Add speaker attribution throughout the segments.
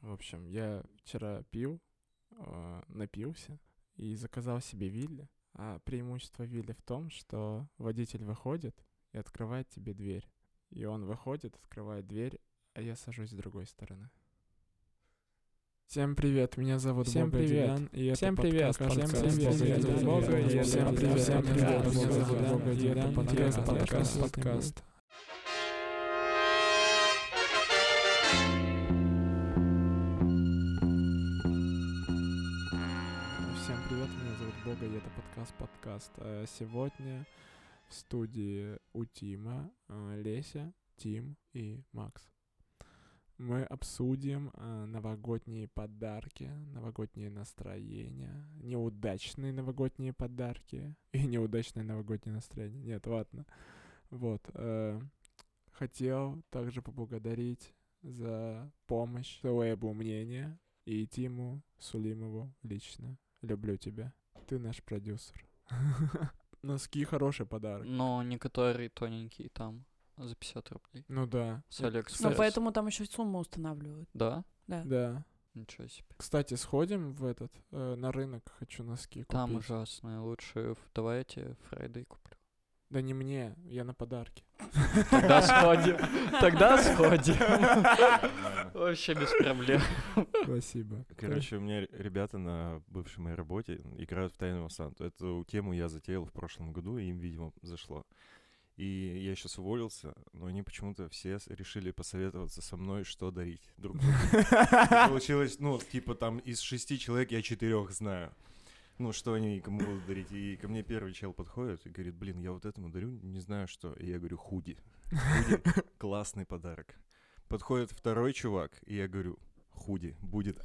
Speaker 1: В общем, я вчера пил, э, напился и заказал себе вилли. А преимущество вилли в том, что водитель выходит и открывает тебе дверь. И он выходит, открывает дверь, а я сажусь с другой стороны. Всем привет, меня зовут
Speaker 2: Всем
Speaker 1: Бога
Speaker 2: привет.
Speaker 1: Демьян, и это
Speaker 2: Всем
Speaker 1: подкаст
Speaker 2: привет.
Speaker 1: «Подкаст
Speaker 2: Всем привет.
Speaker 1: Бога
Speaker 2: Меня
Speaker 1: Демьян».
Speaker 2: зовут Бога, и это
Speaker 1: Всем привет,
Speaker 2: подкаст
Speaker 1: всем привет,
Speaker 2: «Подкаст
Speaker 1: меня зовут
Speaker 2: Бога
Speaker 1: Бога
Speaker 2: Демьян».
Speaker 1: Демьян,
Speaker 2: Подкаст
Speaker 1: подкаст, подкаст,
Speaker 2: «Подкаст».
Speaker 1: подкаст. Ну, Всем привет, меня зовут Бога, и это подкаст «Подкаст». Э, Сегодня в студии у Тима, э, Леся, Тим и Макс. Мы обсудим э, новогодние подарки, новогодние настроения, неудачные новогодние подарки и неудачное новогоднее настроение. Нет, ладно. Вот. э, Хотел также поблагодарить за помощь лейблу мнения и Тиму Сулимову лично. Люблю тебя. Ты наш продюсер. Носки хороший подарок.
Speaker 3: Но некоторые тоненькие там за 50 рублей.
Speaker 1: Ну да,
Speaker 3: С Алекс.
Speaker 1: Кстати.
Speaker 4: Но ну, поэтому там еще сумму устанавливают.
Speaker 3: Да?
Speaker 4: Да.
Speaker 1: да.
Speaker 3: Ничего себе.
Speaker 1: Кстати, сходим в этот, э, на рынок, хочу носки купить.
Speaker 3: Там ужасные. Лучше в- давай я тебе Фрайдей куплю.
Speaker 1: Да не мне, я на подарки.
Speaker 3: Тогда сходим. Тогда сходим. Вообще без проблем.
Speaker 1: Спасибо.
Speaker 5: Короче, у меня р- ребята на бывшей моей работе играют в тайного Санту. Эту тему я затеял в прошлом году, и им, видимо, зашло. И я сейчас уволился, но они почему-то все с- решили посоветоваться со мной, что дарить друг другу. И Получилось, ну, типа там из шести человек я четырех знаю. Ну, что они кому будут дарить. И ко мне первый чел подходит и говорит, блин, я вот этому дарю, не знаю что. И я говорю, худи. Худи, классный подарок. Подходит второй чувак, и я говорю, худи, будет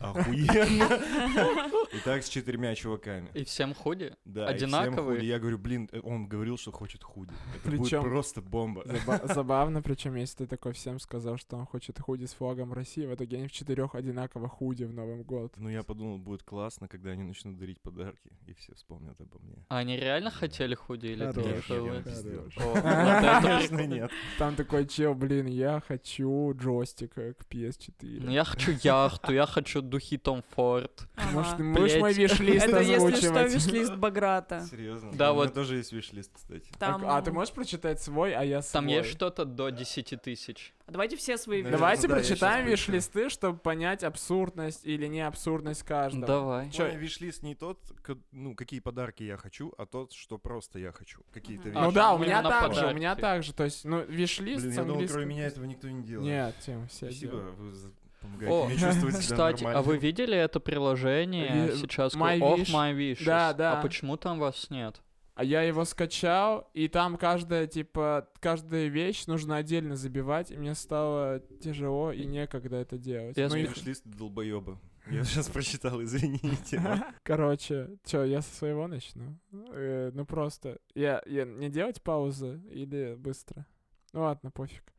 Speaker 5: охуенно. И так с четырьмя чуваками.
Speaker 3: И всем худи?
Speaker 5: Да, и всем
Speaker 3: Одинаковые?
Speaker 5: худи. Я говорю, блин, э, он говорил, что хочет худи. Это будет
Speaker 1: Причём-
Speaker 5: просто бомба.
Speaker 1: Заба- забавно, причем если ты такой всем сказал, что он хочет худи с флагом России, в итоге они в четырех одинаково худи в Новый год.
Speaker 5: Ну, я подумал, будет классно, когда они начнут дарить подарки, и все вспомнят обо мне.
Speaker 3: А они реально хотели худи или ты
Speaker 1: Хорош,
Speaker 3: решил?
Speaker 5: я
Speaker 3: это?
Speaker 5: пиздец.
Speaker 1: Хорош.
Speaker 3: О, вот это
Speaker 5: Конечно,
Speaker 3: прикольно.
Speaker 5: нет.
Speaker 1: Там такой чел, блин, я хочу джойстик э, к PS4.
Speaker 3: Ну, я хочу яхту, я хочу духи Том Форд.
Speaker 1: Может,
Speaker 4: Ага.
Speaker 1: можешь мой
Speaker 3: Блядь.
Speaker 1: виш-лист
Speaker 4: Это если что,
Speaker 1: озвучивать?
Speaker 4: виш-лист Баграта.
Speaker 5: Серьезно.
Speaker 3: Да,
Speaker 5: У меня
Speaker 3: вот.
Speaker 5: тоже есть виш-лист, кстати.
Speaker 1: А-
Speaker 4: Там...
Speaker 1: А, ты можешь прочитать свой, а я свой?
Speaker 3: Там есть что-то до 10 тысяч.
Speaker 4: Давайте все свои
Speaker 5: Да.
Speaker 4: виш-
Speaker 1: Давайте
Speaker 5: Да, я щас
Speaker 1: прочитаем
Speaker 5: прочитаю.
Speaker 1: виш-листы, чтобы понять абсурдность или не абсурдность каждого.
Speaker 3: Давай.
Speaker 1: Чё?
Speaker 5: Чё? виш-лист не тот, к- ну, какие подарки я хочу, а тот, что просто я хочу. Какие-то
Speaker 3: Мгм.
Speaker 1: Ну
Speaker 3: А,
Speaker 5: вещи.
Speaker 1: да, у
Speaker 3: ну
Speaker 1: меня
Speaker 3: именно
Speaker 1: так же, у
Speaker 3: подарки.
Speaker 1: меня так же. То есть, ну, виш-лист
Speaker 5: Блин,
Speaker 1: с
Speaker 5: я думал,
Speaker 1: английского-
Speaker 5: кроме меня этого никто не делает.
Speaker 1: Нет, Тим, все
Speaker 5: Спасибо,
Speaker 1: делают.
Speaker 5: вы за-
Speaker 3: О,
Speaker 5: помогаете мне чувствовать себя
Speaker 3: Кстати, а вы
Speaker 5: нормально.
Speaker 3: видели это приложение
Speaker 1: Ви-
Speaker 3: сейчас?
Speaker 1: My
Speaker 3: Ох,
Speaker 1: Wish.
Speaker 3: my wishes.
Speaker 1: Да, да.
Speaker 3: А почему там вас нет?
Speaker 1: А я его скачал, и там каждая, типа, каждая вещь нужно отдельно забивать, и мне стало тяжело и некогда это делать.
Speaker 3: Я
Speaker 1: Ну и-
Speaker 3: сбил-
Speaker 5: Виш-лист долбоеба. Я сейчас прочитал, извините.
Speaker 1: Короче, чё, я со своего начну? Э, ну просто, я, я- не делать паузы или быстро? Ну ладно, пофиг.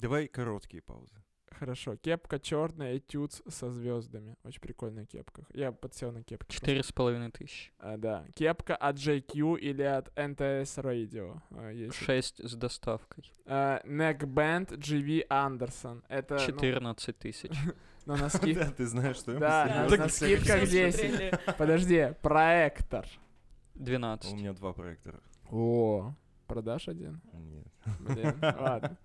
Speaker 5: Давай короткие паузы.
Speaker 1: Хорошо, кепка черная, этюд с- со звездами. Очень прикольная кепка. Я подсел на кепки. просто.
Speaker 3: Четыре с половиной тысячи.
Speaker 1: А, да. Кепка от JQ или от NTS Radio. а, есть.
Speaker 3: Шесть с доставкой.
Speaker 1: А, Neckband GV Anderson. Это ну,
Speaker 3: Четырнадцать тысяч.
Speaker 1: на носки.
Speaker 5: Да, ты знаешь, что я
Speaker 1: Да,
Speaker 5: посмотрел.
Speaker 1: на- на скидках
Speaker 4: Все
Speaker 1: 10.
Speaker 4: смотрели.
Speaker 1: Подожди, проектор.
Speaker 5: А У
Speaker 3: Двенадцать.
Speaker 5: меня два проектора.
Speaker 1: О, продашь один?
Speaker 5: Нет.
Speaker 1: Блин, ладно.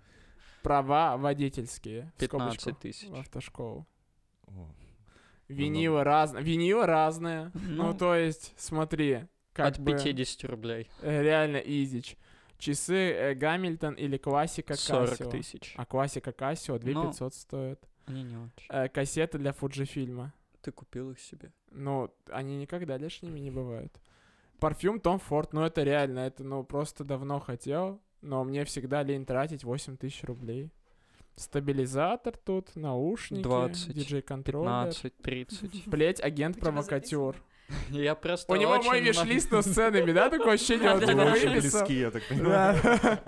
Speaker 1: Права водительские. в скобочках,
Speaker 3: Пятнадцать тысяч.
Speaker 1: В Ну, автошколу.
Speaker 5: О,
Speaker 1: Винилы разные. Винилы разные. Ну,
Speaker 3: Ну,
Speaker 1: то есть, смотри. Как
Speaker 3: От
Speaker 1: бы,
Speaker 3: 50 рублей.
Speaker 1: э, Реально изич. Часы э, Гамильтон или классика
Speaker 3: 40
Speaker 1: Casio.
Speaker 3: тысяч. Ну.
Speaker 1: А классика Casio 2500 стоит.
Speaker 3: Не, не очень.
Speaker 1: Э, кассеты для Фуджифильма.
Speaker 3: Ты купил их себе.
Speaker 1: Ну, они никогда лишними не бывают. Парфюм Том Форд, ну это реально, это ну просто давно хотел, но мне всегда лень тратить 8 тысяч рублей. Стабилизатор тут, наушники,
Speaker 3: 20,
Speaker 1: диджей-контроллер.
Speaker 3: 15, 30.
Speaker 1: Плеть, агент
Speaker 4: У тебя
Speaker 1: провокатер.
Speaker 3: Я просто
Speaker 1: У него мой
Speaker 3: очень много-
Speaker 1: виш-лист с сценами, да, такое ощущение,
Speaker 4: Да,
Speaker 1: он
Speaker 4: да,
Speaker 5: Вы
Speaker 1: типа
Speaker 4: да.
Speaker 5: очень
Speaker 1: выписал.
Speaker 5: близки, я так понимаю.
Speaker 1: Да.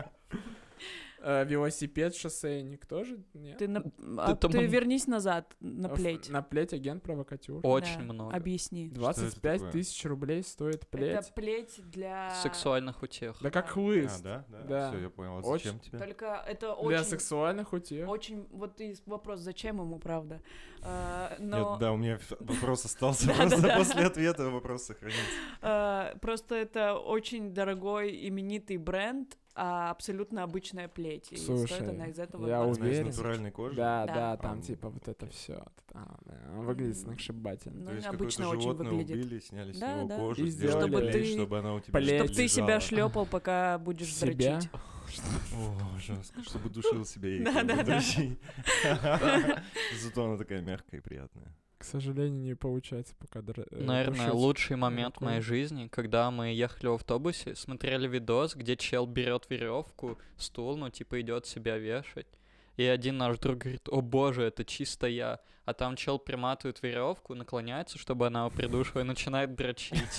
Speaker 1: Э, велосипед шоссейник тоже? Нет?
Speaker 4: Ты, на... а
Speaker 3: там-
Speaker 4: ты вернись назад
Speaker 1: Э,
Speaker 4: на
Speaker 1: ф-
Speaker 4: плеть.
Speaker 1: На плеть агент провокатюр.
Speaker 3: Очень
Speaker 4: Да,
Speaker 3: много.
Speaker 4: Объясни.
Speaker 5: Что это
Speaker 1: 25
Speaker 5: такое?
Speaker 1: тысяч рублей стоит плеть.
Speaker 4: Это плеть для...
Speaker 3: Сексуальных утех.
Speaker 1: Да как
Speaker 4: Да.
Speaker 1: хлыст.
Speaker 5: А, да?
Speaker 1: Да.
Speaker 5: Все, я понял. А
Speaker 1: Очень-
Speaker 5: зачем тебе?
Speaker 4: Только это
Speaker 1: Для
Speaker 4: очень...
Speaker 1: сексуальных утех.
Speaker 4: Очень... Вот и вопрос, зачем ему, правда? А,
Speaker 5: Нет,
Speaker 4: Но
Speaker 5: да, у меня ф- вопрос остался
Speaker 4: Да,
Speaker 5: просто
Speaker 4: да, да.
Speaker 5: после ответа вопрос сохранился.
Speaker 4: а, просто это очень дорогой, именитый бренд, а абсолютно обычная плеть. И стоит
Speaker 1: Слушай,
Speaker 4: она из этого...
Speaker 1: я
Speaker 5: Она
Speaker 4: 20
Speaker 5: из
Speaker 1: уверен.
Speaker 4: тысяч.
Speaker 5: натуральной кожи.
Speaker 1: Да,
Speaker 4: Да.
Speaker 1: да, там
Speaker 5: А,
Speaker 1: типа вот это
Speaker 5: окей.
Speaker 1: все. Он выглядит
Speaker 4: Мгм.
Speaker 1: сногсшибательно.
Speaker 4: Ну,
Speaker 5: То есть
Speaker 4: необычно
Speaker 5: какое-то
Speaker 4: очень
Speaker 5: животное
Speaker 4: выглядит.
Speaker 5: убили, сняли с
Speaker 4: Да,
Speaker 5: него
Speaker 4: да.
Speaker 5: кожу,
Speaker 1: И
Speaker 5: сделали
Speaker 1: сделали
Speaker 5: плеть,
Speaker 4: плеть.
Speaker 5: чтобы она у тебя
Speaker 1: Плеть.
Speaker 4: Чтоб ты себя
Speaker 5: лежала.
Speaker 4: шлепал, пока будешь
Speaker 1: Себя?
Speaker 4: дрочить.
Speaker 5: О, жестко, чтобы душил себя и
Speaker 4: Да, да, да.
Speaker 5: Зато она такая мягкая и приятная.
Speaker 1: К сожалению, не получается пока др- э,
Speaker 3: Наверное,
Speaker 1: душить.
Speaker 3: лучший момент в
Speaker 1: такое.
Speaker 3: моей жизни, когда мы ехали в автобусе, смотрели видос, где чел берет веревку, стул, ну, типа, идет себя вешать. И один наш друг говорит, о боже, это чисто я. А там чел приматывает веревку, наклоняется, чтобы она его придушила, и начинает дрочить.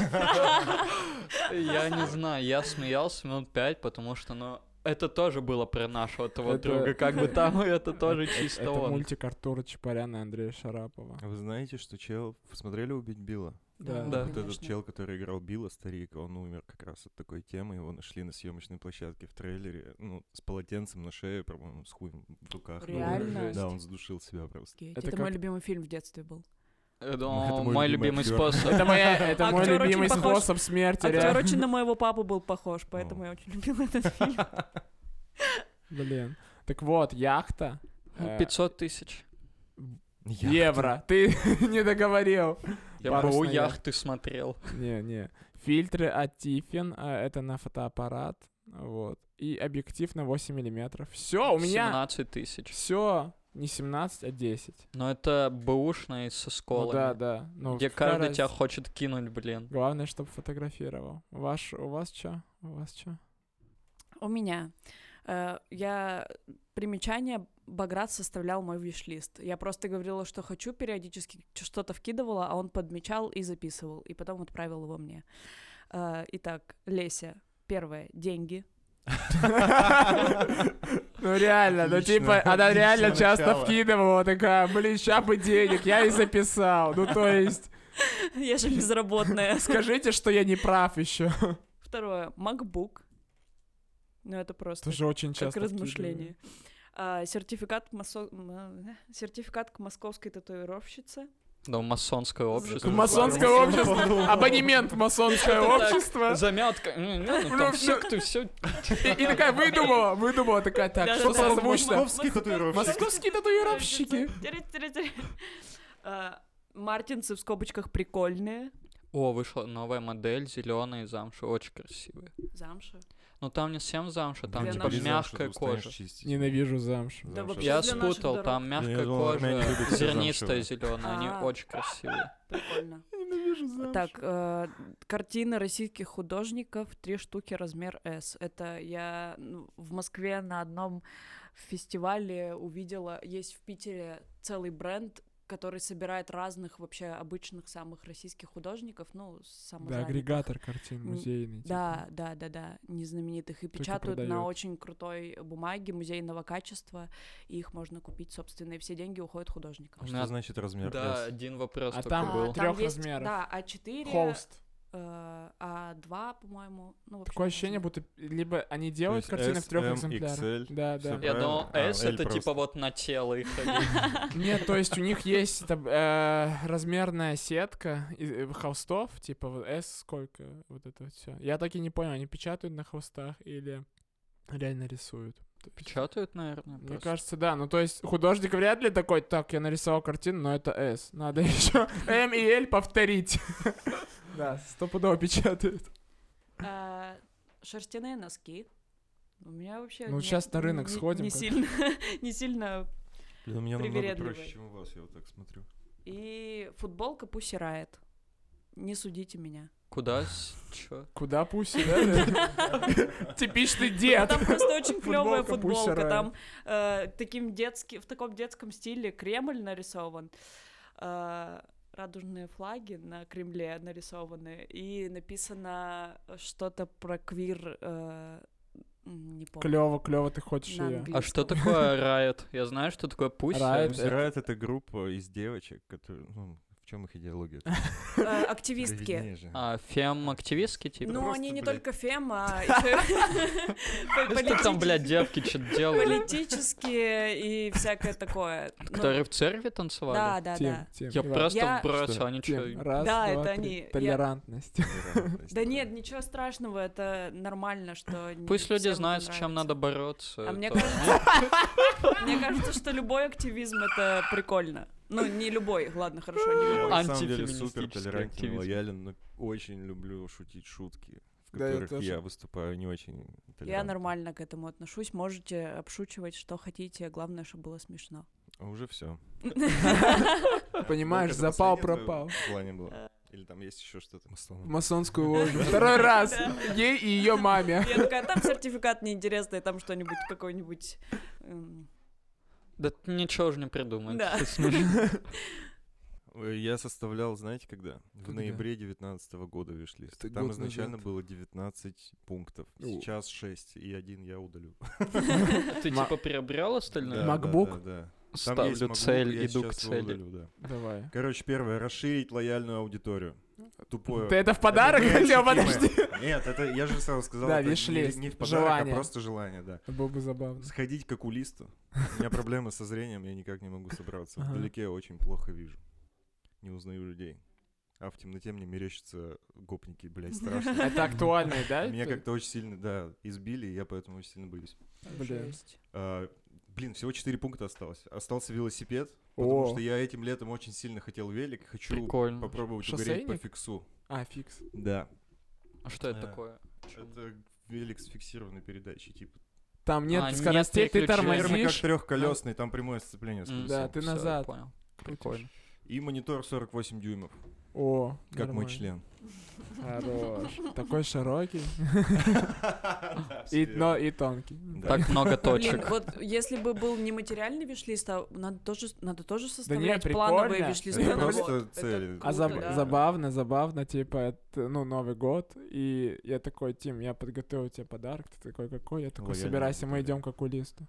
Speaker 3: Я не знаю, я смеялся минут пять, потому что, ну, это тоже было про нашего того
Speaker 1: Это-
Speaker 3: друга. Как бы там это тоже чисто
Speaker 1: Э, Это
Speaker 3: он.
Speaker 1: мультик Артура Чапаряна и Андрея Шарапова.
Speaker 5: А Вы знаете, что чел... Смотрели «Убить Билла»?
Speaker 1: Да.
Speaker 3: Да.
Speaker 5: Вот этот
Speaker 4: конечно.
Speaker 5: чел, который играл Билла, старик, он умер как раз от такой темы. Его нашли на съемочной площадке в трейлере, ну, с полотенцем на шее, по-моему, с хуем в руках. Ну,
Speaker 4: Реально?
Speaker 5: Да, он задушил себя просто.
Speaker 4: Офигеть,
Speaker 1: Это
Speaker 4: Это мой
Speaker 1: как-
Speaker 4: любимый фильм в детстве был.
Speaker 3: Это
Speaker 5: мой
Speaker 3: Э, ну, мой
Speaker 5: любимый
Speaker 3: любимый
Speaker 5: актер.
Speaker 3: способ.
Speaker 1: Это моя- это мой
Speaker 4: Актер очень
Speaker 1: любимый
Speaker 4: похож-
Speaker 1: способ смерти.
Speaker 4: Актер
Speaker 1: реально.
Speaker 4: очень на моего папу был похож, поэтому
Speaker 5: О.
Speaker 4: я очень любила этот фильм.
Speaker 1: Блин. Так вот, яхта. э,
Speaker 3: 500 тысяч.
Speaker 5: Я-
Speaker 1: Евро. Ты не договорил.
Speaker 3: Я
Speaker 1: Парусная
Speaker 3: БУ
Speaker 1: яхта.
Speaker 3: яхты смотрел.
Speaker 1: Не, не. Фильтры от Tiffin, а, это на фотоаппарат, вот. И объектив на 8 миллиметров. Все, у меня
Speaker 3: 17 тысяч.
Speaker 1: все не 17, а 10.
Speaker 3: Но это бэушные со
Speaker 1: Ну
Speaker 3: сколами.
Speaker 1: да, да. Ну,
Speaker 3: Где
Speaker 1: какая
Speaker 3: каждый тебя
Speaker 1: разница?
Speaker 3: хочет кинуть, блин.
Speaker 1: Главное, чтобы фотографировал. Ваш, у вас чё? У вас чё?
Speaker 4: У меня. э, Я примечание Баграт составлял мой виш-лист. Я просто говорила, что хочу, периодически ч- что-то вкидывала, а он подмечал и записывал, и потом отправил его мне. Э, Итак, Леся. Первое — деньги.
Speaker 1: Ну реально, ну
Speaker 5: Отлично,
Speaker 1: типа, она
Speaker 5: отлично
Speaker 1: реально часто
Speaker 5: начало.
Speaker 1: вкидывала, такая, блин, ща бы денег, я и записал. Ну то есть,
Speaker 4: Я же безработная.
Speaker 1: скажите, что я не прав еще.
Speaker 4: Второе — MacBook. Ну, это просто
Speaker 1: Тоже очень
Speaker 4: как
Speaker 1: часто
Speaker 4: размышление. А, сертификат, масо- м, э, сертификат к московской татуировщице.
Speaker 3: Да, масонское общество.
Speaker 1: вкидываю. Масонское общество, абонемент в масонское
Speaker 3: Это так.
Speaker 1: общество.
Speaker 3: Замятка. М, ну,
Speaker 1: Ну,
Speaker 3: Там
Speaker 1: всё.
Speaker 3: секты, все.
Speaker 1: И, и такая выдумала, выдумала такая, так, что
Speaker 4: Да-да-да.
Speaker 1: созвучно?
Speaker 5: Московский татуировщик.
Speaker 1: Московские татуировщики.
Speaker 4: Тири-тири-тири. А, Мартинсы в скобочках прикольные.
Speaker 3: О, вышла новая модель, зеленые замши, очень красивые.
Speaker 4: Замша. Но
Speaker 3: Но там не всем замша, там
Speaker 4: Блин,
Speaker 3: типа
Speaker 4: Блин,
Speaker 3: мягкая кожа.
Speaker 1: Ненавижу замшу.
Speaker 4: Да вообще
Speaker 3: Я
Speaker 4: для наших
Speaker 3: спутал,
Speaker 4: дорог.
Speaker 3: там мягкая
Speaker 5: думал, армяне
Speaker 3: кожа,
Speaker 5: любят все
Speaker 3: зернистая
Speaker 5: замшевые.
Speaker 3: зеленая, они
Speaker 4: А.
Speaker 3: очень красивые.
Speaker 4: Прикольно.
Speaker 1: Ненавижу замшу.
Speaker 4: Так, э, картины российских художников, три штуки размер S. Это я ну, в Москве на одном фестивале увидела, есть в Питере целый бренд, который собирает разных вообще обычных самых российских художников, ну,
Speaker 1: Да,
Speaker 4: самозанятых.
Speaker 1: агрегатор картин
Speaker 4: М,
Speaker 1: музейный. типа.
Speaker 4: Да, да, да, да, незнаменитых. И печатают
Speaker 1: продаёт.
Speaker 4: на очень крутой бумаге музейного качества, и их можно купить, собственно, и все деньги уходят художникам.
Speaker 3: У
Speaker 5: Что
Speaker 3: меня-
Speaker 5: значит размер
Speaker 3: Да,
Speaker 5: S?
Speaker 3: один вопрос
Speaker 1: А
Speaker 3: только
Speaker 1: там
Speaker 3: был.
Speaker 1: трёх размеров.
Speaker 4: Да, А4,
Speaker 1: Холст.
Speaker 4: э, А2, по-моему. Ну, в общем,
Speaker 1: Такое ощущение, будто
Speaker 4: разные.
Speaker 1: либо они делают
Speaker 5: есть
Speaker 1: картины
Speaker 5: S,
Speaker 1: в трех
Speaker 5: M,
Speaker 1: экземплярах.
Speaker 5: XL,
Speaker 1: Да,
Speaker 5: всё
Speaker 1: да.
Speaker 3: Я
Speaker 5: Правильно.
Speaker 3: думал,
Speaker 5: А,
Speaker 3: S
Speaker 5: L
Speaker 3: это
Speaker 5: просто.
Speaker 3: типа вот на тело и ходить.
Speaker 1: Нет, то есть у них есть там, э, размерная сетка и- э, холстов, типа вот S сколько, вот это вот все. Я так и не понял, они печатают на холстах или реально рисуют. То есть-
Speaker 3: Печатают, наверное,
Speaker 1: Мне
Speaker 3: просто.
Speaker 1: кажется, да. Ну, то есть художник вряд ли такой, так, я нарисовал картину, но это S. Надо еще M и L повторить. Да, стопудово печатают.
Speaker 4: А, шерстяные носки. У меня вообще...
Speaker 1: Ну,
Speaker 4: не-
Speaker 1: щас на рынок
Speaker 4: не-
Speaker 1: сходим
Speaker 4: Не
Speaker 1: как-то.
Speaker 4: сильно, не сильно.
Speaker 5: Блин, у меня намного
Speaker 4: Привередливый.
Speaker 5: проще, чем у вас, я вот так смотрю.
Speaker 4: И футболка Пусси Райт. Не судите меня.
Speaker 3: Куда? с- Чё?
Speaker 1: Куда пусть, да? Типичный дед.
Speaker 4: Там просто очень клевая
Speaker 1: Футболка Pussy
Speaker 4: футболка.
Speaker 1: Riot.
Speaker 4: Там э, таким детски- в таком детском стиле Кремль нарисован. Э, радужные флаги на Кремле нарисованы. И написано что-то про квир... э, М, Не помню.
Speaker 1: Клево, клево, ты хочешь
Speaker 4: На
Speaker 1: ее.
Speaker 4: английском.
Speaker 3: А что такое Riot? Я знаю, что такое пусть.
Speaker 1: Riot
Speaker 3: э,
Speaker 1: это-
Speaker 5: Riot — это группа из девочек, которые... Ну, в чем их идеология?
Speaker 4: Э, Активистки.
Speaker 5: Виднее же.
Speaker 3: А, фем-активистки, типа?
Speaker 4: Ну,
Speaker 5: просто,
Speaker 4: они не
Speaker 5: блядь.
Speaker 4: только фем, а еще Ну,
Speaker 3: что там, блядь, девки что-то делали?
Speaker 4: политические и всякое такое. Ну,
Speaker 3: Которые в церкви танцевали?
Speaker 4: Да, да,
Speaker 1: Тим,
Speaker 4: да.
Speaker 1: Тим,
Speaker 3: Я
Speaker 1: Иван,
Speaker 3: просто
Speaker 4: Я-
Speaker 3: бросил,
Speaker 5: Что?
Speaker 3: они
Speaker 1: Тим,
Speaker 3: что...
Speaker 1: раз, два,
Speaker 4: Да, это
Speaker 1: три.
Speaker 4: они. Я-
Speaker 1: Толерантность.
Speaker 5: Толерантность,
Speaker 4: Да нет, ничего страшного, это нормально, что не
Speaker 3: Пусть люди
Speaker 4: всем это
Speaker 3: знают, с чем
Speaker 4: нравится.
Speaker 3: надо бороться.
Speaker 4: А мне
Speaker 3: там,
Speaker 4: кажется,
Speaker 3: ну.
Speaker 4: мне кажется, что любой активизм это прикольно. Ну, не любой, ладно, хорошо, не
Speaker 5: Я
Speaker 4: любой.
Speaker 5: на самом деле
Speaker 3: Антифеминистический
Speaker 5: супер толерантен и
Speaker 3: активизм.
Speaker 5: лоялен, но очень люблю шутить шутки, в
Speaker 1: Да, я
Speaker 5: которых
Speaker 1: тоже.
Speaker 5: я выступаю не очень
Speaker 4: Я
Speaker 5: толерантно.
Speaker 4: нормально к этому отношусь. Можете обшучивать, что хотите. Главное, чтобы было смешно.
Speaker 5: А Уже все.
Speaker 1: Понимаешь, запал пропал.
Speaker 5: В плане было. Или там есть еще что-то.
Speaker 1: В
Speaker 5: Маслом.
Speaker 1: масонскую ложу. Второй раз. Ей и ее маме.
Speaker 4: Я такая, там сертификат неинтересный, там что-нибудь, какой-нибудь... эм,
Speaker 3: Да ты ничего же не придумаешь.
Speaker 4: Да.
Speaker 5: Ой, Э, Я составлял, знаете, когда? В
Speaker 1: Когда?
Speaker 5: ноябре 2019 года вишлист.
Speaker 1: Это
Speaker 5: Там
Speaker 1: год
Speaker 5: изначально
Speaker 1: назад.
Speaker 5: было 19 пунктов.
Speaker 1: О.
Speaker 5: Сейчас 6, и один я удалю.
Speaker 3: Ты
Speaker 1: Ма-
Speaker 3: типа приобрел
Speaker 5: Да,
Speaker 3: остальное?
Speaker 5: да,
Speaker 1: MacBook?
Speaker 5: да, да. Там
Speaker 3: Ставлю
Speaker 5: есть MacBook,
Speaker 3: цель,
Speaker 5: я
Speaker 3: иду к
Speaker 5: сейчас его
Speaker 3: цели.
Speaker 5: удалю, да.
Speaker 1: Давай.
Speaker 5: Короче, первое, расширить лояльную аудиторию. Тупое.
Speaker 1: Ты это в подарок
Speaker 5: Это
Speaker 1: хотел?
Speaker 5: неощутимое.
Speaker 1: Подожди.
Speaker 5: Нет, это я же сразу сказал,
Speaker 1: Да,
Speaker 5: это не-
Speaker 1: виш-лист,
Speaker 5: не в подарок, а
Speaker 1: желание.
Speaker 5: просто желание, да.
Speaker 1: Было бы забавно.
Speaker 5: Сходить к окулисту. У меня проблемы со зрением, я никак не могу собраться.
Speaker 1: Ага.
Speaker 5: Вдалеке я очень плохо вижу. Не узнаю людей. А в темноте мне мерещатся гопники, блядь, страшно.
Speaker 1: Это актуально, да?
Speaker 5: Меня
Speaker 1: это?
Speaker 5: как-то очень сильно, да, избили, и я поэтому очень сильно боюсь.
Speaker 1: Блин.
Speaker 4: жесть.
Speaker 5: А, Блин, всего 4 пункта осталось. Остался велосипед, потому
Speaker 1: О,
Speaker 5: что я этим летом очень сильно хотел велик. Хочу
Speaker 3: Прикольно.
Speaker 5: попробовать угореть по
Speaker 1: Шоссейник?
Speaker 5: фиксу.
Speaker 1: а, фикс.
Speaker 5: Да.
Speaker 3: А что это
Speaker 5: Э,
Speaker 3: такое? Чё?
Speaker 5: Это велик с фиксированной передачей, типа.
Speaker 1: Там
Speaker 3: А,
Speaker 1: нет
Speaker 3: нет
Speaker 1: скоростей, ты
Speaker 3: переключений.
Speaker 5: Наверное, как
Speaker 1: тормозишь.
Speaker 5: трехколесный, там прямое сцепление с
Speaker 3: М,
Speaker 5: колесом.
Speaker 1: Да, ты
Speaker 3: всё, я
Speaker 1: назад.
Speaker 3: понял. Прикольно.
Speaker 5: И монитор 48 дюймов,
Speaker 1: О,
Speaker 5: как мой
Speaker 1: нормально.
Speaker 5: член.
Speaker 1: Хорош. Такой широкий
Speaker 5: Да,
Speaker 1: и,
Speaker 5: всё
Speaker 1: но и тонкий. А
Speaker 5: Да.
Speaker 3: Так много
Speaker 4: Блин,
Speaker 3: точек.
Speaker 4: вот если бы был не материальный виш-лист, а надо тоже, надо тоже составлять
Speaker 1: прикольно.
Speaker 4: плановые
Speaker 5: верно.
Speaker 4: виш-листы.
Speaker 5: Это
Speaker 4: на год.
Speaker 5: просто
Speaker 4: Это
Speaker 5: цели.
Speaker 1: А
Speaker 4: круто,
Speaker 1: заб-
Speaker 4: да.
Speaker 1: забавно, забавно, типа, это, ну, Новый год, и я такой, Тим, я подготовил тебе подарок, ты такой, какой? Я такой,
Speaker 5: Лояльный
Speaker 1: собирайся, мы
Speaker 5: подарок.
Speaker 1: идем к окулисту.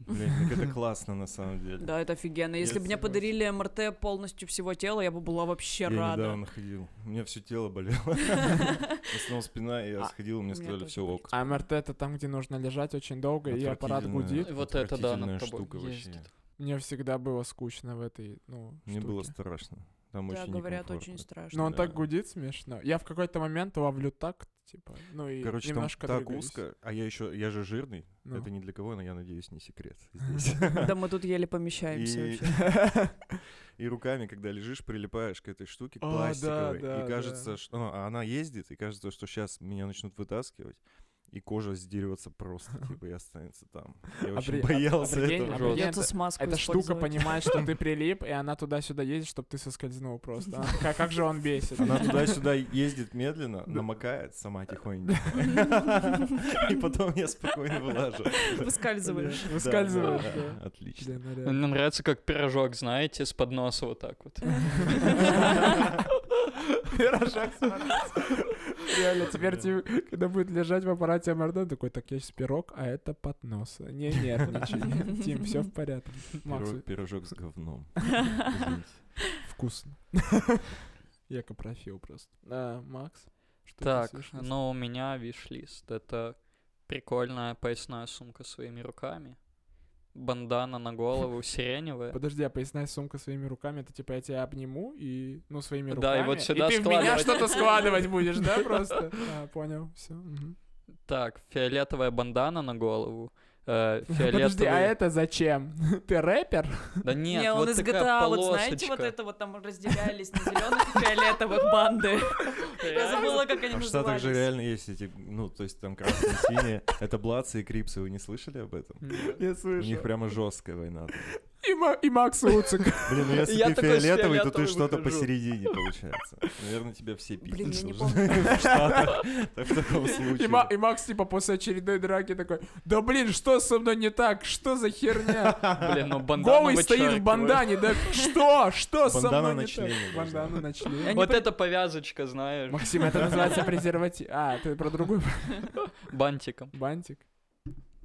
Speaker 5: Блин, так это классно на самом деле.
Speaker 4: Да, это офигенно. Если
Speaker 5: Я
Speaker 4: бы мне
Speaker 5: согласен.
Speaker 4: подарили МРТ полностью всего тела, я бы была вообще
Speaker 5: Я
Speaker 4: рада.
Speaker 5: недавно ходил, у меня все тело болело. В основном спина, и я
Speaker 1: А,
Speaker 5: сходил, мне
Speaker 4: у меня
Speaker 5: сказали,
Speaker 4: тоже
Speaker 5: все
Speaker 4: болит.
Speaker 5: ок.
Speaker 1: А МРТ это там, где нужно лежать очень долго, и аппарат
Speaker 5: Отвратительная-
Speaker 1: гудит.
Speaker 3: Вот это да, над
Speaker 5: отвратительная
Speaker 3: тобой
Speaker 5: штука вообще.
Speaker 3: ездит.
Speaker 1: Мне всегда было скучно в этой, ну,
Speaker 5: Мне было
Speaker 1: штуке.
Speaker 5: страшно. Там
Speaker 4: Да,
Speaker 5: очень
Speaker 4: говорят,
Speaker 5: некомфортно.
Speaker 4: очень страшно.
Speaker 1: Но Ну, он так
Speaker 5: да.
Speaker 1: гудит смешно. Я в какой-то момент ловлю так, типа, ну и
Speaker 5: Короче, там
Speaker 1: немножко
Speaker 5: так
Speaker 1: двигаюсь.
Speaker 5: узко, а я еще, я же жирный,
Speaker 1: Ну.
Speaker 5: это не для кого, но я надеюсь, не секрет здесь.
Speaker 4: Да мы тут еле помещаемся
Speaker 5: И-
Speaker 4: вообще.
Speaker 5: И руками, когда лежишь, прилипаешь к этой штуке, к
Speaker 1: А, да,
Speaker 5: пластиковой,
Speaker 1: да,
Speaker 5: и кажется,
Speaker 1: да.
Speaker 5: что ну, а она ездит, и кажется, что сейчас меня начнут вытаскивать, и кожа сдерется просто, типа, и останется там. Я
Speaker 1: А
Speaker 5: очень
Speaker 1: при- а- а
Speaker 5: боялся
Speaker 1: прикинь, а прикинь,
Speaker 5: этого. жёстко.
Speaker 4: Придётся
Speaker 1: это-
Speaker 4: смазку
Speaker 1: Эта штука
Speaker 4: использовать.
Speaker 1: понимает, что ты прилип, и она туда-сюда едет, чтобы ты соскользнул просто. Она такая, как же он бесит.
Speaker 5: Она туда-сюда ездит медленно, намокает сама тихонько. И потом я спокойно вылажу.
Speaker 4: Выскальзываешь.
Speaker 5: Да,
Speaker 1: Выскальзываешь,
Speaker 5: да,
Speaker 1: да.
Speaker 5: да, Отлично.
Speaker 1: Блин, ну реально.
Speaker 3: Мне нравится, как пирожок, знаете, с подноса вот так вот.
Speaker 1: Пирожок с ананасом. Реально, теперь тебе, когда будет лежать в аппарате МРТ, он такой, так, есть пирог, а это поднос. Не нервничай. Тим, все в порядке. Макс,
Speaker 5: Пирог- Пирожок с говном. Извините.
Speaker 1: вкусно. Я копрофил просто. А, Макс? что ты
Speaker 3: Так, ну,
Speaker 1: слышишь?
Speaker 3: но у меня виш-лист. Это прикольная поясная сумка своими руками. Бандана на голову сиреневая.
Speaker 1: Подожди, а поясная сумка своими руками, это типа я тебя обниму и, ну, своими руками.
Speaker 3: Да, и вот сюда
Speaker 1: ты в меня
Speaker 3: складывать.
Speaker 1: что-то складывать будешь, да, просто? А, понял, все.
Speaker 3: Так, фиолетовая бандана на голову. э,
Speaker 1: Подожди, а
Speaker 3: фиолетовый-
Speaker 1: это зачем? Ты рэпер?
Speaker 3: Да нет,
Speaker 4: Не, он
Speaker 3: вот
Speaker 4: из
Speaker 3: такая
Speaker 4: GTA, вот
Speaker 3: полосочка.
Speaker 4: знаете, вот это вот там разделялись на зеленых и фиолетовых банды. Я забыла, как они
Speaker 5: А в Штатах же
Speaker 4: назывались.
Speaker 5: реально есть эти, ну, то есть там красные, синие. Это блацы и крипсы, вы не слышали об этом?
Speaker 1: Я
Speaker 5: У них
Speaker 1: слышал.
Speaker 5: прямо жесткая война. там.
Speaker 1: И Ма- И Макс Луцик.
Speaker 5: Блин, ну если
Speaker 3: Я
Speaker 5: ты
Speaker 3: такой с
Speaker 5: фиолетовый, то ты
Speaker 3: фиолетовым
Speaker 5: что-то
Speaker 3: выхожу.
Speaker 5: посередине получается. Наверное, тебя все пить
Speaker 4: Блин, я не
Speaker 5: должны в Штатах. Так в таком
Speaker 1: И, Ма- и
Speaker 5: случае.
Speaker 1: Макс, типа, после очередной драки такой, да блин, что со мной не так? Что за херня?
Speaker 3: Блин, ну бандана
Speaker 1: Голый стоит в
Speaker 3: вычеркиваю.
Speaker 1: бандане, да что? Что со
Speaker 5: Бандана
Speaker 1: мной
Speaker 5: на
Speaker 1: не так?
Speaker 5: члене должна
Speaker 1: Бандана
Speaker 5: быть.
Speaker 1: на члене.
Speaker 4: Я не
Speaker 3: Вот
Speaker 4: пон-
Speaker 3: эта повязочка, знаешь,
Speaker 1: Максим, это называется презерватив. А, ты про другой
Speaker 3: бантиком.
Speaker 1: бантик?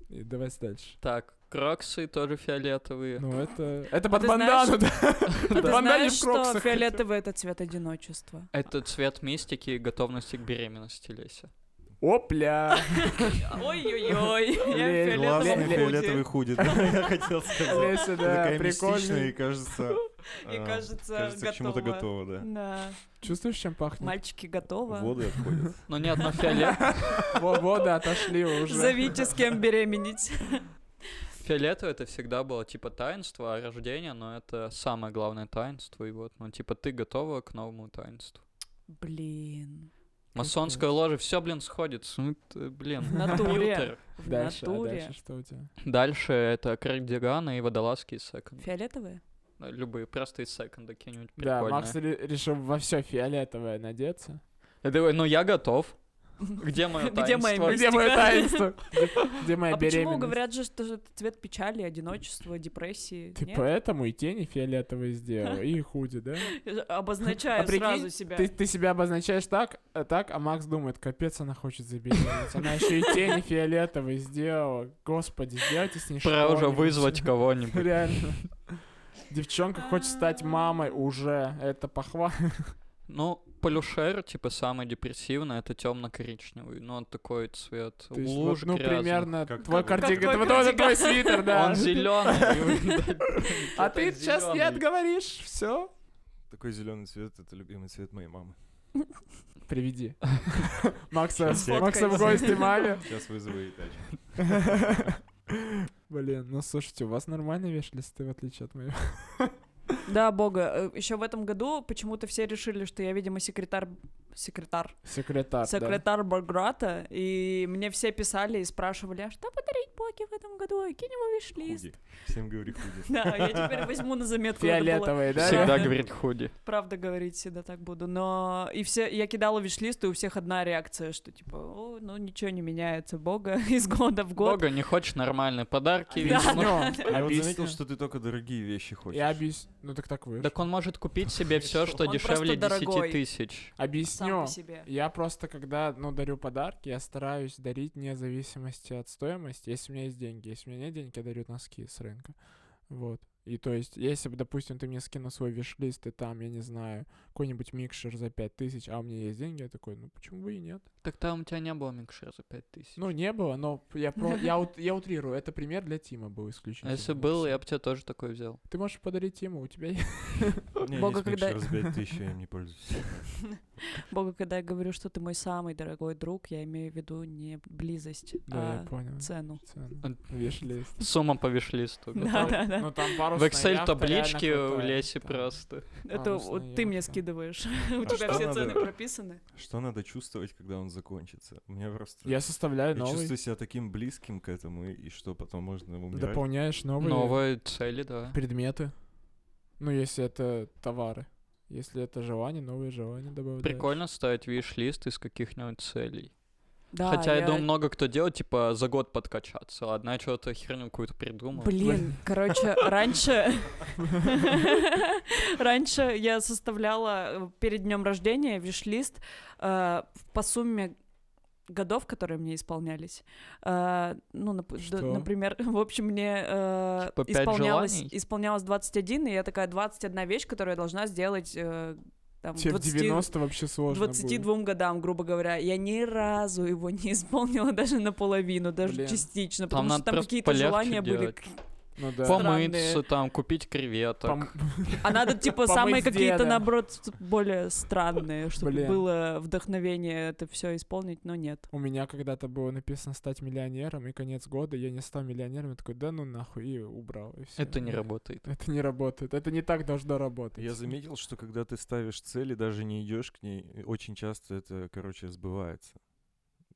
Speaker 1: И давайте дальше.
Speaker 3: Так, кроксы тоже фиолетовые.
Speaker 1: Ну, это... Это под
Speaker 4: А ты знаешь-
Speaker 1: бандану, да?
Speaker 4: Ты
Speaker 1: Под бандану
Speaker 4: знаешь,
Speaker 1: в
Speaker 4: что
Speaker 1: кроксах.
Speaker 4: фиолетовый — это цвет одиночества?
Speaker 3: Это цвет мистики и готовности к беременности, Леся.
Speaker 1: Опля!
Speaker 4: Ой-ой-ой,
Speaker 1: Ле-
Speaker 4: я в
Speaker 1: ласный
Speaker 5: Классный
Speaker 4: фиолетовом
Speaker 5: фиолетовый
Speaker 4: худи.
Speaker 5: худит, я хотел сказать.
Speaker 1: Леся, да,
Speaker 5: Такая мистичная и
Speaker 1: прикольный.
Speaker 5: кажется...
Speaker 4: И
Speaker 5: а,
Speaker 4: кажется,
Speaker 5: Кажется, к чему-то
Speaker 4: готова.
Speaker 5: готова, да.
Speaker 4: Да.
Speaker 1: Чувствуешь, чем пахнет?
Speaker 4: Мальчики готовы.
Speaker 5: Воды отходят.
Speaker 3: Но ни одно фиолет...
Speaker 1: Во- Воды отошли уже.
Speaker 4: Зовите, с кем беременеть.
Speaker 3: фиолетовое это всегда было типа таинство, а рождение, но это самое главное таинство. И вот, ну типа ты готова к новому таинству.
Speaker 4: Блин.
Speaker 3: Масонская ложа, все, блин, сходится. Ну, это, блин,
Speaker 4: В натуре.
Speaker 3: компьютер.
Speaker 4: В
Speaker 1: Дальше, а
Speaker 4: натуре.
Speaker 1: дальше что у тебя?
Speaker 3: Дальше это кардиганы и водолазки и секонды.
Speaker 4: Фиолетовые?
Speaker 3: Э, Любые простые секонды какие-нибудь
Speaker 1: Да,
Speaker 3: прикольные.
Speaker 1: Макс ре- решил во все фиолетовое надеться.
Speaker 3: Я такой, ну я готов. Где мое таинство?
Speaker 4: Где мои
Speaker 1: Где мое
Speaker 4: Мистика.
Speaker 1: таинство? Где- Где моя
Speaker 4: А почему
Speaker 1: беременность?
Speaker 4: говорят же, что это цвет печали, одиночества, депрессии?
Speaker 1: Ты
Speaker 4: Нет?
Speaker 1: поэтому и тени фиолетовые сделал, и худи, да?
Speaker 4: Обозначая
Speaker 1: А прикинь,
Speaker 4: сразу себя.
Speaker 1: Ты, ты себя обозначаешь так, а так, а Макс думает, капец, она хочет забеременеть. Она еще и тени фиолетовые сделала. Господи, сделайте с ней
Speaker 3: Пора уже
Speaker 1: что-нибудь.
Speaker 3: вызвать кого-нибудь.
Speaker 1: Реально. Девчонка хочет стать мамой уже. Это похвал.
Speaker 3: Ну, полюшер, типа, самый депрессивный, это темно-коричневый. Ну, он такой цвет
Speaker 1: То есть
Speaker 3: луж
Speaker 1: вот, ну,
Speaker 3: грязных.
Speaker 1: примерно
Speaker 5: Как
Speaker 1: твой
Speaker 5: твой
Speaker 1: кардиган.
Speaker 4: кардиган.
Speaker 1: Вот это твой свитер, да.
Speaker 3: Он зеленый.
Speaker 1: А ты сейчас не отговоришь. Все.
Speaker 5: Такой зеленый цвет — это любимый цвет моей мамы.
Speaker 1: Приведи. Макса,
Speaker 5: Щас я-
Speaker 1: Макса в гости маме.
Speaker 5: Сейчас вызову и тачку.
Speaker 1: Блин, ну слушайте, у вас нормально вешались ты, в отличие от моего.
Speaker 4: Да, бога. Еще в этом году почему-то все решили, что я, видимо, секретарь... Секретарь.
Speaker 1: Секретарь, А, да.
Speaker 4: секретарь Барграта. И мне все писали и спрашивали, а что подарить боге в этом году? А Кинь его виш-лист.
Speaker 5: Худи. Всем говори худи.
Speaker 4: Да, я теперь возьму на заметку. это было-
Speaker 1: Фиолетовые, да?
Speaker 3: Всегда
Speaker 4: Да.
Speaker 3: говорит худи.
Speaker 4: Правда говорить всегда так буду, но и все, я кидала виш-лист, и у всех одна реакция, что типа, «О, ну ничего не меняется, бога из года в год.
Speaker 3: Бога не хочешь нормальные подарки.
Speaker 4: Да.
Speaker 3: видимо.
Speaker 5: Я
Speaker 1: Объясню.
Speaker 5: А вот
Speaker 1: Объясню.
Speaker 5: заметил, что ты только дорогие вещи хочешь.
Speaker 1: Я объясню. Ну так так вы.
Speaker 3: Так он может купить себе все, что
Speaker 4: Он
Speaker 3: дешевле
Speaker 4: просто
Speaker 3: 10
Speaker 4: дорогой.
Speaker 3: тысяч.
Speaker 4: Сам
Speaker 1: Объясню.
Speaker 4: по себе.
Speaker 1: Я просто, когда, ну, дарю подарки, я стараюсь дарить вне зависимости от стоимости. Если у меня есть деньги, если у меня нет денег, я дарю носки с рынка. Вот. И то есть, если бы, допустим, ты мне скинул свой виш-лист, и там, я не знаю, какой-нибудь микшер за пять тысяч, а у меня есть деньги, я такой, ну почему бы и нет?
Speaker 3: Так там у тебя не было микшера за 5 тысяч.
Speaker 1: Ну, не было, но я, про... я, ут- я утрирую. Это пример для Тима был
Speaker 3: А
Speaker 1: исключительно.
Speaker 3: если
Speaker 1: Вот
Speaker 3: был,
Speaker 1: всё.
Speaker 3: я бы тебе тоже такой взял.
Speaker 1: Ты можешь подарить Тиму, у тебя есть...
Speaker 5: У меня
Speaker 4: Бога,
Speaker 5: есть
Speaker 4: когда-
Speaker 5: микшер за 5000, я им не пользуюсь.
Speaker 4: Бога, когда я говорю, что ты мой самый дорогой друг, я имею в виду не близость,
Speaker 1: Да, я
Speaker 4: а
Speaker 1: понял.
Speaker 4: цену.
Speaker 1: Цену. Виш-лист.
Speaker 3: Сумма по виш-листу.
Speaker 4: Да,
Speaker 3: готово.
Speaker 4: да, да.
Speaker 1: Ну, там пару
Speaker 3: В Excel таблички в лесе просто.
Speaker 4: Это
Speaker 1: парусная
Speaker 4: вот ты мне
Speaker 1: яхта.
Speaker 4: скидываешь. У
Speaker 5: А
Speaker 4: тебя
Speaker 5: что
Speaker 4: все
Speaker 5: надо?
Speaker 4: цены прописаны.
Speaker 5: Что надо чувствовать, когда он закончится? У меня просто...
Speaker 1: Я составляю
Speaker 5: Я
Speaker 1: новый.
Speaker 5: чувствую себя таким близким к этому, и- и что потом можно умирать.
Speaker 1: Дополняешь новые
Speaker 3: Новые цели, да.
Speaker 1: предметы. Ну, если это товары. Если это желание, новые желания добавляешь.
Speaker 3: Прикольно ставить виш-лист из каких-нибудь целей.
Speaker 4: Да,
Speaker 3: Хотя, я... думаю, много кто делает, типа, за год подкачаться. Ладно, я что-то херню какую-то придумал.
Speaker 4: Блин, короче, раньше... Раньше я составляла э, перед днем рождения виш-лист э, по сумме годов, которые мне исполнялись. Э, Ну, нап- д-
Speaker 1: Что?
Speaker 4: например, в общем, мне э,
Speaker 3: Типа пять
Speaker 4: исполнялось
Speaker 3: желаний?
Speaker 4: исполнялось 21, и я такая 21 вещь, которую я должна сделать э, там,
Speaker 1: Тебе
Speaker 4: 20
Speaker 1: в 90 вообще сложно
Speaker 4: 22 годам, грубо говоря, я ни разу его не исполнила даже наполовину, даже
Speaker 1: Блин.
Speaker 4: частично, потому
Speaker 3: надо
Speaker 4: что там
Speaker 3: просто
Speaker 4: какие-то
Speaker 3: полегче
Speaker 4: желания были,
Speaker 3: делать.
Speaker 1: будет. Ну да.
Speaker 3: Помыться, там, купить креветок.
Speaker 1: Пом-
Speaker 4: А надо, типа,
Speaker 1: Помыть
Speaker 4: самые какие-то,
Speaker 1: деда.
Speaker 4: наоборот, с- более странные, чтобы
Speaker 1: Блин.
Speaker 4: было вдохновение это все исполнить, но нет.
Speaker 1: У меня когда-то было написано стать миллионером, и конец года я не стал миллионером, я такой, да ну нахуй, и убрал, и все.
Speaker 3: Это не работает.
Speaker 1: Это не работает, это не так должно работать.
Speaker 5: Я заметил, что когда ты ставишь цели, даже не идешь к ней, э, очень часто это, короче, сбывается.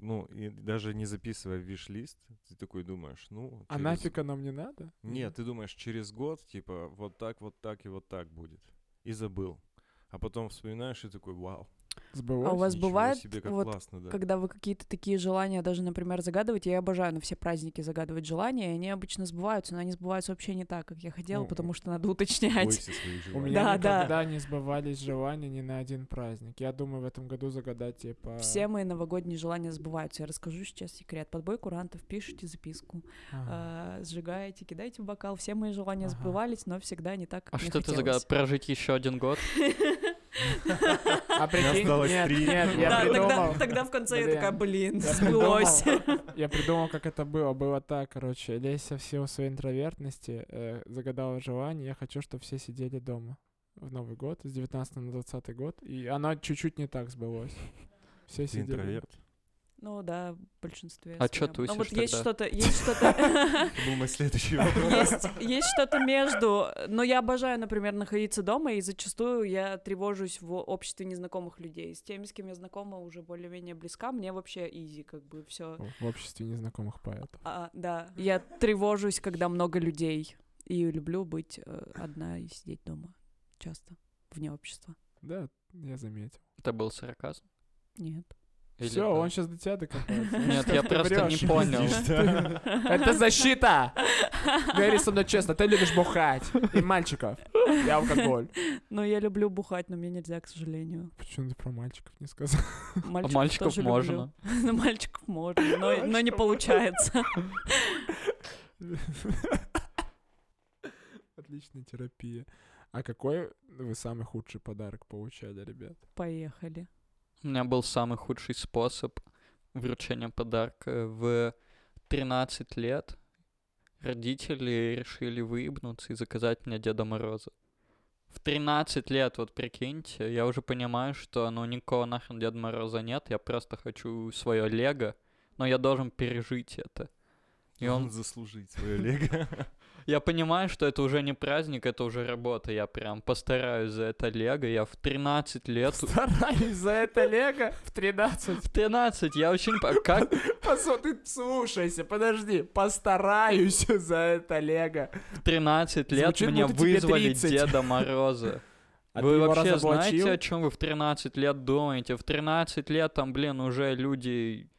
Speaker 5: Ну, и даже не записывая в виш-лист, ты такой думаешь, ну...
Speaker 1: А
Speaker 5: через-
Speaker 1: нафиг оно мне надо?
Speaker 5: Нет, ты думаешь, через год, типа, вот так, вот так и вот так будет. И забыл. А потом вспоминаешь и такой, вау.
Speaker 1: Сбылось?
Speaker 4: А у вас
Speaker 5: Ничего
Speaker 4: бывает
Speaker 5: себе, как
Speaker 4: вот
Speaker 5: классно, да.
Speaker 4: Когда вы какие-то такие желания даже, например, загадываете, я обожаю на все праздники загадывать желания, и они обычно сбываются, но они сбываются вообще не так, как я хотела,
Speaker 1: Ну,
Speaker 4: потому что надо
Speaker 5: Бойся
Speaker 4: уточнять.
Speaker 5: своих
Speaker 1: У
Speaker 5: желаний.
Speaker 1: меня
Speaker 4: Да, да.
Speaker 1: никогда не сбывались желания ни на один праздник. Я думаю, в этом году загадать типа...
Speaker 4: Все мои новогодние желания сбываются. Я расскажу сейчас секрет. Подбой курантов, пишите записку,
Speaker 1: Ага.
Speaker 4: э, сжигаете, кидаете в бокал. Все мои желания
Speaker 1: Ага.
Speaker 4: сбывались, но всегда не так, как
Speaker 3: А
Speaker 4: мне
Speaker 3: что ты
Speaker 4: хотелось.
Speaker 3: загадал? Прожить еще один год?
Speaker 1: А прикинь,
Speaker 5: осталось
Speaker 1: нет,
Speaker 5: три.
Speaker 1: нет, я
Speaker 4: Да,
Speaker 1: придумал.
Speaker 4: тогда, тогда в конце я
Speaker 1: Блин.
Speaker 4: такая, блин,
Speaker 1: Я
Speaker 4: сбылось.
Speaker 1: Я придумал, как это было. Было так, короче. Леся в силу своей интровертности э, загадала желание. Я хочу, чтобы все сидели дома в Новый год, с 19 на 20 год. И она чуть-чуть не так сбылась. Все
Speaker 5: Ты
Speaker 1: сидели.
Speaker 5: интроверт.
Speaker 4: Ну да, в большинстве.
Speaker 3: А чё
Speaker 4: своём.
Speaker 3: тусишь
Speaker 4: Ну вот есть
Speaker 3: тогда?
Speaker 4: что-то, есть что-то,
Speaker 5: Это был мой следующий вопрос.
Speaker 4: есть, есть что-то между. Но я обожаю, например, находиться дома, и зачастую я тревожусь в обществе незнакомых людей. С теми, с кем я знакома, уже более-менее близка, мне вообще изи, как бы все.
Speaker 1: О, В обществе незнакомых поэтов.
Speaker 4: да, я тревожусь, когда много людей, и люблю быть э, одна и сидеть дома часто вне общества.
Speaker 1: Да, я заметил.
Speaker 3: Это был сарказм?
Speaker 4: Нет.
Speaker 3: Или
Speaker 1: Все,
Speaker 3: это-
Speaker 1: он сейчас до тебя докопается. Ну
Speaker 3: Нет,
Speaker 1: что
Speaker 3: я
Speaker 1: ж ты
Speaker 3: просто не
Speaker 1: врёшь?
Speaker 3: понял.
Speaker 5: Сидишь, да.
Speaker 1: Это защита! Говори со мной честно, ты любишь бухать. И мальчиков. И алкоголь.
Speaker 4: Но Ну, я люблю бухать, но мне нельзя, к сожалению.
Speaker 1: Почему ты про мальчиков не сказал?
Speaker 3: А
Speaker 4: Мальчиков,
Speaker 3: мальчиков
Speaker 4: тоже люблю.
Speaker 3: можно.
Speaker 4: Ну, мальчиков можно, но, но не
Speaker 1: Мальчиков.
Speaker 4: получается.
Speaker 1: Отличная терапия. А какой вы самый худший подарок получали, ребят?
Speaker 4: Поехали.
Speaker 3: У меня был самый худший способ вручения подарка. В 13 лет родители решили выебнуться и заказать мне Деда Мороза. В 13 лет, вот прикиньте, я уже понимаю, что ну никакого нахрен Деда Мороза нет, я просто хочу свое Лего, но я должен пережить это. И он...
Speaker 5: заслужить свое лего.
Speaker 3: Я понимаю, что это уже не праздник, это уже работа, я прям постараюсь за это Лего, я в 13 лет...
Speaker 1: Стараюсь за это Лего в 13.
Speaker 3: В 13, я очень... по- Как
Speaker 1: Посо- ты слушайся, подожди. Постараюсь за это Лего.
Speaker 3: 13 лет
Speaker 1: Звучит,
Speaker 3: мне
Speaker 1: будто тебе
Speaker 3: вызвали
Speaker 1: 30.
Speaker 3: Деда Мороза.
Speaker 1: А ты
Speaker 3: вы
Speaker 1: его
Speaker 3: вообще
Speaker 1: разоблачил?
Speaker 3: знаете, о чем вы в 13 лет думаете? В 13 лет там, блин, уже люди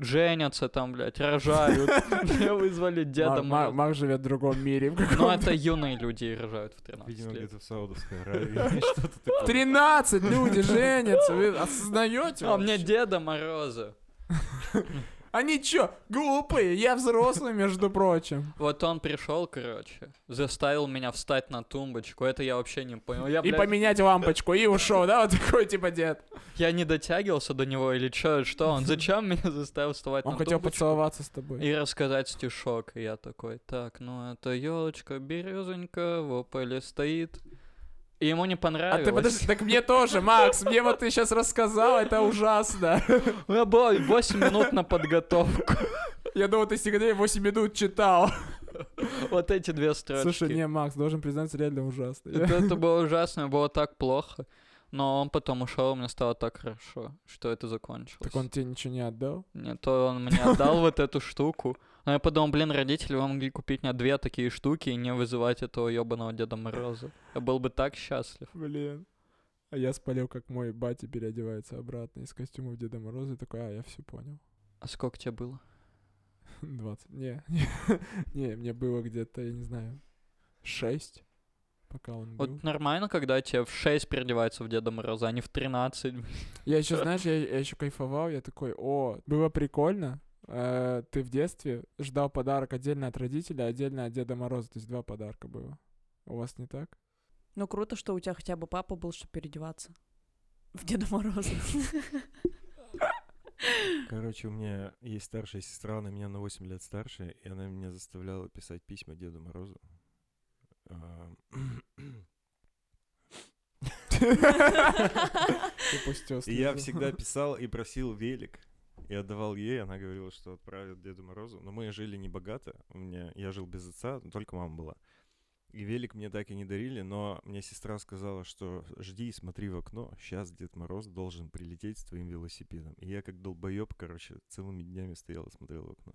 Speaker 3: женятся там, блядь, рожают. Мне вызвали
Speaker 1: Ма-
Speaker 3: Деда
Speaker 1: Ма-
Speaker 3: Мороза.
Speaker 1: Мак живет в другом мире. в
Speaker 3: Ну,
Speaker 1: каком-то.
Speaker 3: это юные люди рожают в 13
Speaker 5: Видимо,
Speaker 3: лет.
Speaker 5: где-то в Саудовской Аравии. Что-то такое.
Speaker 1: 13 люди женятся, вы осознаете?
Speaker 3: А мне Деда Мороза.
Speaker 1: Они чё, глупые? Я взрослый, между прочим.
Speaker 3: Вот он пришел, короче, заставил меня встать на тумбочку. Это я вообще не понял. Я,
Speaker 1: И
Speaker 3: блядь,
Speaker 1: поменять лампочку, и ушел, да, вот такой типа дед.
Speaker 3: я не дотягивался до него или что? Что он? Зачем меня заставил вставать
Speaker 1: Он
Speaker 3: на
Speaker 1: хотел
Speaker 3: тумбочку?
Speaker 1: поцеловаться с тобой.
Speaker 3: ну И рассказать стишок. И я такой, так, ну это елочка березонька в ополе стоит. И ему не
Speaker 1: А
Speaker 3: понравилось.
Speaker 1: ты подожди, так мне тоже, Макс, мне вот ты сейчас рассказал, это ужасно.
Speaker 3: У меня было 8 минут на подготовку.
Speaker 1: Я думал, ты секретарь 8 минут читал.
Speaker 3: Вот эти две строчки.
Speaker 1: Слушай, не, Макс, должен признаться, реально ужасно.
Speaker 3: это, это было ужасно, было так плохо. Но он потом ушел, мне стало так хорошо, что это закончилось.
Speaker 1: Так он тебе ничего не отдал?
Speaker 3: Не то он мне отдал вот эту штуку. Но я подумал, блин, родители вам могли купить мне две такие штуки и не вызывать этого ебаного Деда Мороза. Я был бы так счастлив.
Speaker 1: Блин. А я спалил, как мой батя переодевается обратно из костюма в Деда Мороза, и такой, а, я все понял.
Speaker 3: А сколько тебе было?
Speaker 1: 20. Не, не, мне было где-то, я не знаю, 6, пока он был.
Speaker 4: Ну.
Speaker 3: Вот нормально, когда тебе в 6 переодеваются в Деда Мороза, а не в 13.
Speaker 1: Я еще, знаешь, я, еще кайфовал, я такой, о, было прикольно. э, ты в детстве ждал подарок отдельно от родителя, отдельно от Деда Мороза, то есть два подарка было. У вас не так?
Speaker 4: Ну круто, что у тебя хотя бы папа был, чтобы переодеваться. В Деда Мороза.
Speaker 5: Короче, у меня есть старшая сестра, она меня на 8 лет старше, и она меня заставляла писать письма Деду Морозу. А,
Speaker 1: Упустил
Speaker 5: И я
Speaker 1: слезу.
Speaker 5: всегда писал и просил велик. И отдавал ей, она говорила, что отправит Деду Морозу. Но мы жили не богато, у меня, я жил без отца, только мама была. И велик мне так и не дарили, но мне сестра сказала, что жди и смотри в окно, сейчас Дед Мороз должен прилететь с твоим велосипедом. И я как долбоеб, короче, целыми днями стоял и смотрел в окно.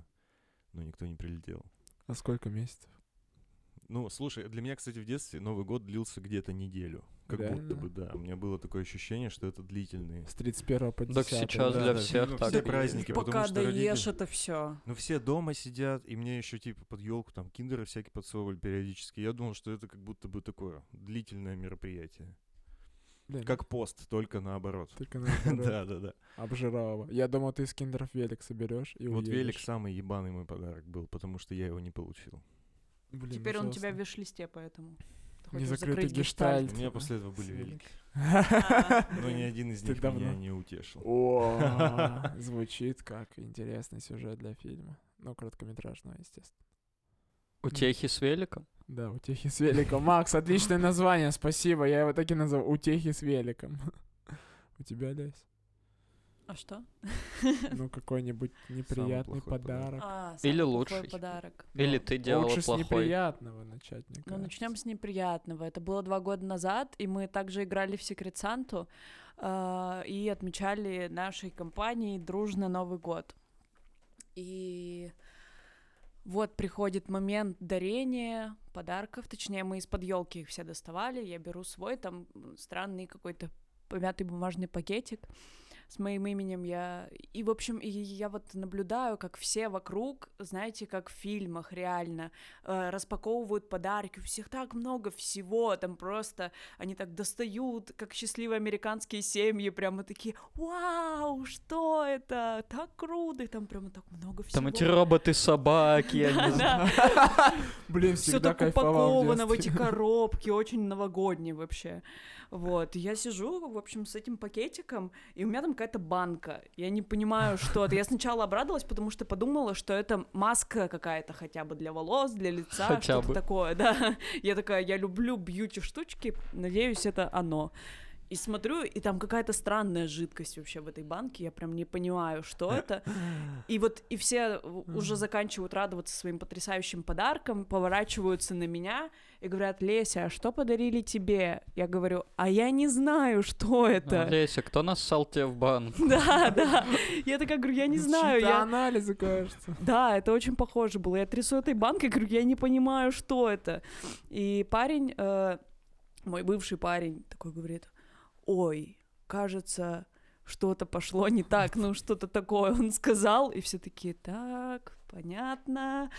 Speaker 5: Но никто не прилетел.
Speaker 1: А сколько месяцев?
Speaker 5: Ну, слушай, для меня, кстати, в детстве Новый год длился где-то неделю. Как будто
Speaker 1: Реально?
Speaker 5: бы, да. У меня было такое ощущение, что это длительные.
Speaker 1: С 31 по 10.
Speaker 3: Так сейчас
Speaker 5: да,
Speaker 3: для
Speaker 5: да,
Speaker 3: всех
Speaker 5: ну,
Speaker 3: так.
Speaker 5: все
Speaker 3: и есть.
Speaker 5: праздники. Потому
Speaker 4: Пока
Speaker 5: что
Speaker 4: доешь
Speaker 5: родители-
Speaker 4: это все.
Speaker 5: Ну, все дома сидят, и мне еще типа под елку там киндеры всякие подсовывали периодически. Я думал, что это как будто бы такое длительное мероприятие.
Speaker 1: Блин,
Speaker 5: Как пост, только наоборот.
Speaker 1: только наоборот.
Speaker 5: Да, да, да.
Speaker 1: Обжирала. Я думал, ты из киндеров велик соберешь и
Speaker 5: Вот а. велик
Speaker 1: уедешь.
Speaker 5: самый ебаный мой подарок был, потому что я его не получил.
Speaker 1: Блин,
Speaker 4: Теперь он тебя в
Speaker 1: ужасно.
Speaker 4: виш-листе, поэтому. ты хочешь
Speaker 1: Незакрытый
Speaker 4: закрыть гештальт.
Speaker 5: У
Speaker 1: гештальт.
Speaker 5: меня после этого были
Speaker 1: С
Speaker 5: велики.
Speaker 4: А,
Speaker 5: Но ни один из
Speaker 1: Ты
Speaker 5: них меня
Speaker 1: давно?
Speaker 5: не утешил.
Speaker 1: О, звучит как интересный сюжет для фильма. Ну, короткометражного, естественно.
Speaker 3: Утехи с великом?
Speaker 1: Да, утехи с великом. Макс, отличное название, спасибо. Я его так и назову. Утехи с великом. У тебя, Лесь?
Speaker 4: А что?
Speaker 1: Ну, какой-нибудь неприятный
Speaker 5: плохой
Speaker 1: подарок.
Speaker 5: подарок.
Speaker 4: А, самый
Speaker 3: Или
Speaker 4: плохой
Speaker 3: лучший.
Speaker 4: подарок.
Speaker 3: Или
Speaker 1: Ну,
Speaker 3: ты делала
Speaker 1: Лучше с
Speaker 3: плохой?
Speaker 1: неприятного начать, мне
Speaker 4: Ну,
Speaker 1: кажется.
Speaker 4: начнем с неприятного. Это было два года назад, и мы также играли в Секрет Санту а, и отмечали нашей компанией дружно Новый год. И вот приходит момент дарения подарков, точнее, мы из-под елки их все доставали, я беру свой, там м, странный какой-то помятый бумажный пакетик с моим именем я... И, в общем, и я вот наблюдаю, как все вокруг, знаете, как в фильмах реально, э, распаковывают подарки, у всех так много всего, там просто они так достают, как счастливые американские семьи, прямо такие, вау, что это, так круто, и там прямо так много всего.
Speaker 3: Там эти роботы-собаки, я не знаю.
Speaker 4: Да,
Speaker 1: Блин,
Speaker 4: все
Speaker 1: всегда
Speaker 4: так типа,
Speaker 1: кайфовал в
Speaker 4: упаковано в эти
Speaker 1: детстве.
Speaker 4: коробки, очень новогодние вообще. Вот, и я сижу, в общем, с этим пакетиком, и у меня там какая-то банка. Я не понимаю, что это. Я сначала обрадовалась, потому что подумала, что это маска какая-то хотя бы для волос, для лица,
Speaker 3: Хотя
Speaker 4: что-то
Speaker 3: бы.
Speaker 4: такое, да. Я такая, я люблю бьюти-штучки, надеюсь, это оно. И смотрю, и там какая-то странная жидкость вообще в этой банке, я прям не понимаю, что это. И вот и все у- уже заканчивают радоваться своим потрясающим подарком, поворачиваются на меня и говорят, Леся, а что подарили тебе? Я говорю, а я не знаю, что
Speaker 3: Ну,
Speaker 4: это.
Speaker 3: Леся, кто нассал тебе в банк?
Speaker 4: Да, да. Я такая говорю, я не знаю.
Speaker 1: Ну, Чьи-то
Speaker 4: я-
Speaker 1: анализы, кажется.
Speaker 4: Да, это очень похоже было. Я трясу этой банкой, говорю, я не понимаю, что это. И парень, э, мой бывший парень, такой говорит, ой, кажется, что-то пошло не так, ну что-то такое он сказал, и все такие, так, понятно.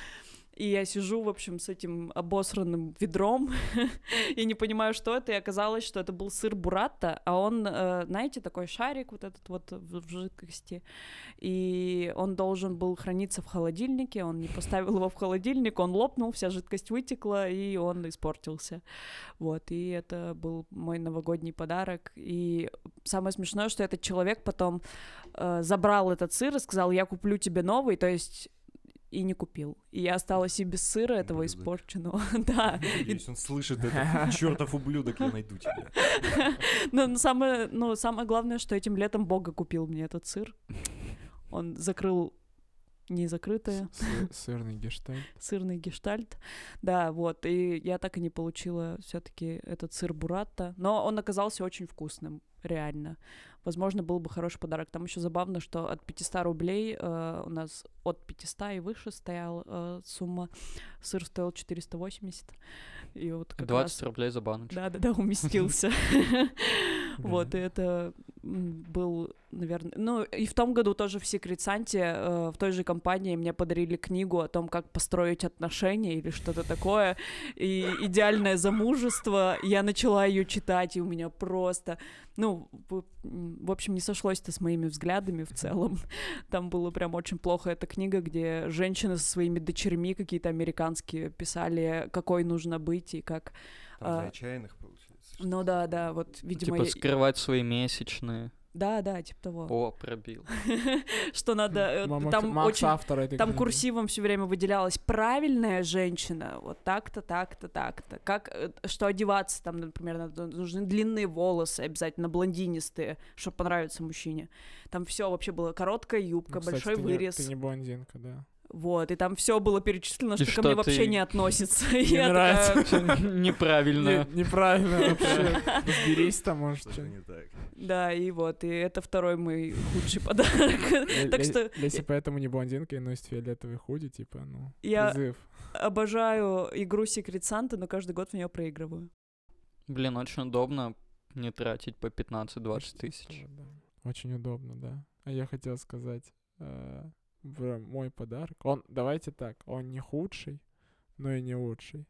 Speaker 4: И я сижу, в общем, с этим обосранным ведром и не понимаю, что это, и оказалось, что это был сыр бурата, а он, э, знаете, такой шарик вот этот вот в в жидкости, и он должен был храниться в холодильнике, он не поставил его в холодильник, он лопнул, вся жидкость вытекла, и он испортился. Вот, и это был мой новогодний подарок. И самое смешное, что этот человек потом э, забрал этот сыр и сказал, я куплю тебе новый, то есть и не купил. И я осталась и без сыра этого
Speaker 5: Ублюдок.
Speaker 4: испорченного. Да.
Speaker 5: Надеюсь, Ну, он слышит это. Чертов ублюдок, я найду тебя.
Speaker 4: Но но самое, ну, самое главное, что этим летом Бога купил мне этот сыр. Он закрыл незакрытое.
Speaker 1: Сы- Сырный гештальт.
Speaker 4: сырный гештальт. Да, вот. И я так и не получила все-таки этот сыр буратта. Но он оказался очень вкусным, реально. Возможно, был бы хороший подарок. Там еще забавно, что от 500 рублей э, у нас от 500 и выше стояла э, сумма. Сыр стоил 480. И вот как
Speaker 3: 20
Speaker 4: раз...
Speaker 3: рублей за баночку.
Speaker 4: Да-да-да, уместился. Вот, э, и
Speaker 1: Блин.
Speaker 4: это м, был, наверное... Ну, и в том году тоже в Секрет Санте, э, в той же компании мне подарили книгу о том, как построить отношения или что-то такое, и «Идеальное замужество». Я начала ее читать, и у меня просто... Ну, в, м, в общем, не сошлось-то с моими взглядами в целом. Там было прям очень плохо эта книга, где женщины со своими дочерьми какие-то американские писали, какой нужно быть и как...
Speaker 5: Там
Speaker 4: А.
Speaker 5: для отчаянных, получается. что
Speaker 4: Ну
Speaker 5: ли?
Speaker 4: да, да, вот, видимо...
Speaker 3: Типа
Speaker 4: я-
Speaker 3: скрывать свои месячные.
Speaker 4: Да, да, типа того.
Speaker 3: О, пробил.
Speaker 4: что надо... э,
Speaker 1: Мама-
Speaker 4: там
Speaker 1: Макс
Speaker 4: очень...
Speaker 1: автор этой
Speaker 4: Там
Speaker 1: книги.
Speaker 4: курсивом все время выделялась правильная женщина, вот так-то, так-то, так-то. Как, э, что одеваться там, например, надо- ну, нужны длинные волосы, обязательно блондинистые, чтобы понравиться мужчине. Там все вообще было короткая
Speaker 1: Ну,
Speaker 4: юбка,
Speaker 1: кстати,
Speaker 4: большой
Speaker 1: ты не-
Speaker 4: вырез.
Speaker 1: Ты не блондинка, да.
Speaker 4: Вот, и там все было перечислено, что ко
Speaker 3: что
Speaker 4: мне
Speaker 3: ты-
Speaker 4: вообще не относится.
Speaker 1: Не
Speaker 4: И я
Speaker 1: нравится.
Speaker 4: такая,
Speaker 3: Всё Неправильно.
Speaker 1: Не- Неправильно вообще. Разберись там, может.
Speaker 5: Что-то
Speaker 1: чё.
Speaker 5: не так.
Speaker 4: Да, и вот, и это второй мой худший подарок.
Speaker 1: Ле-
Speaker 4: Так
Speaker 1: Ле-
Speaker 4: что
Speaker 1: Леся поэтому не блондинка и носит фиолетовый худи, типа, ну,
Speaker 4: Я-
Speaker 1: призыв.
Speaker 4: Обожаю игру Secret Santa, но каждый год в нее проигрываю.
Speaker 3: Блин, очень удобно не тратить по 15-20 тысяч.
Speaker 1: Вот, да. Очень удобно, да. А я хотел сказать э, про мой подарок. Он, давайте так, он не худший, но и не лучший.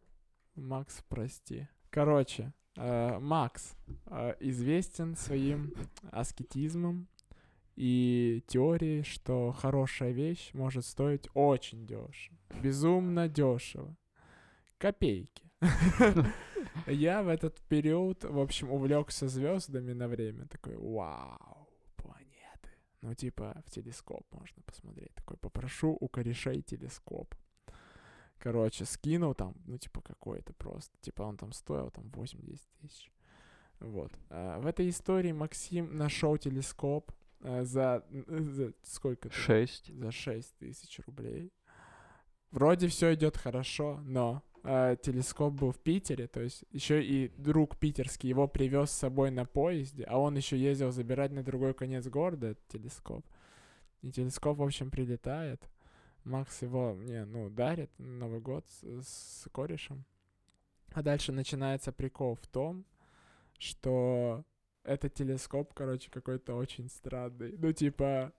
Speaker 1: Макс, прости. Короче, э, Макс э, известен своим аскетизмом и теорией, что хорошая вещь может стоить очень дешево. Безумно дешево. Копейки. Я в этот период, в общем, увлекся звездами на время. Такой, вау, планеты. Ну, типа, в телескоп можно посмотреть. Такой, попрошу у корешей телескоп. Короче, скинул там, ну, типа, какой-то просто. Типа, он там стоил там 8-10 тысяч. Вот. А, в этой истории Максим нашел телескоп э, за, за сколько? там?
Speaker 3: 6.
Speaker 1: за 6 тысяч рублей. Вроде все идет хорошо, но э, телескоп был в Питере, то есть еще и друг питерский его привез с собой на поезде, а он еще ездил забирать на другой конец города этот телескоп. И телескоп, в общем, прилетает. Макс его мне, ну, дарит на Новый год с, с корешем. А дальше начинается прикол в том, что этот телескоп, короче, какой-то очень странный. Ну, типа,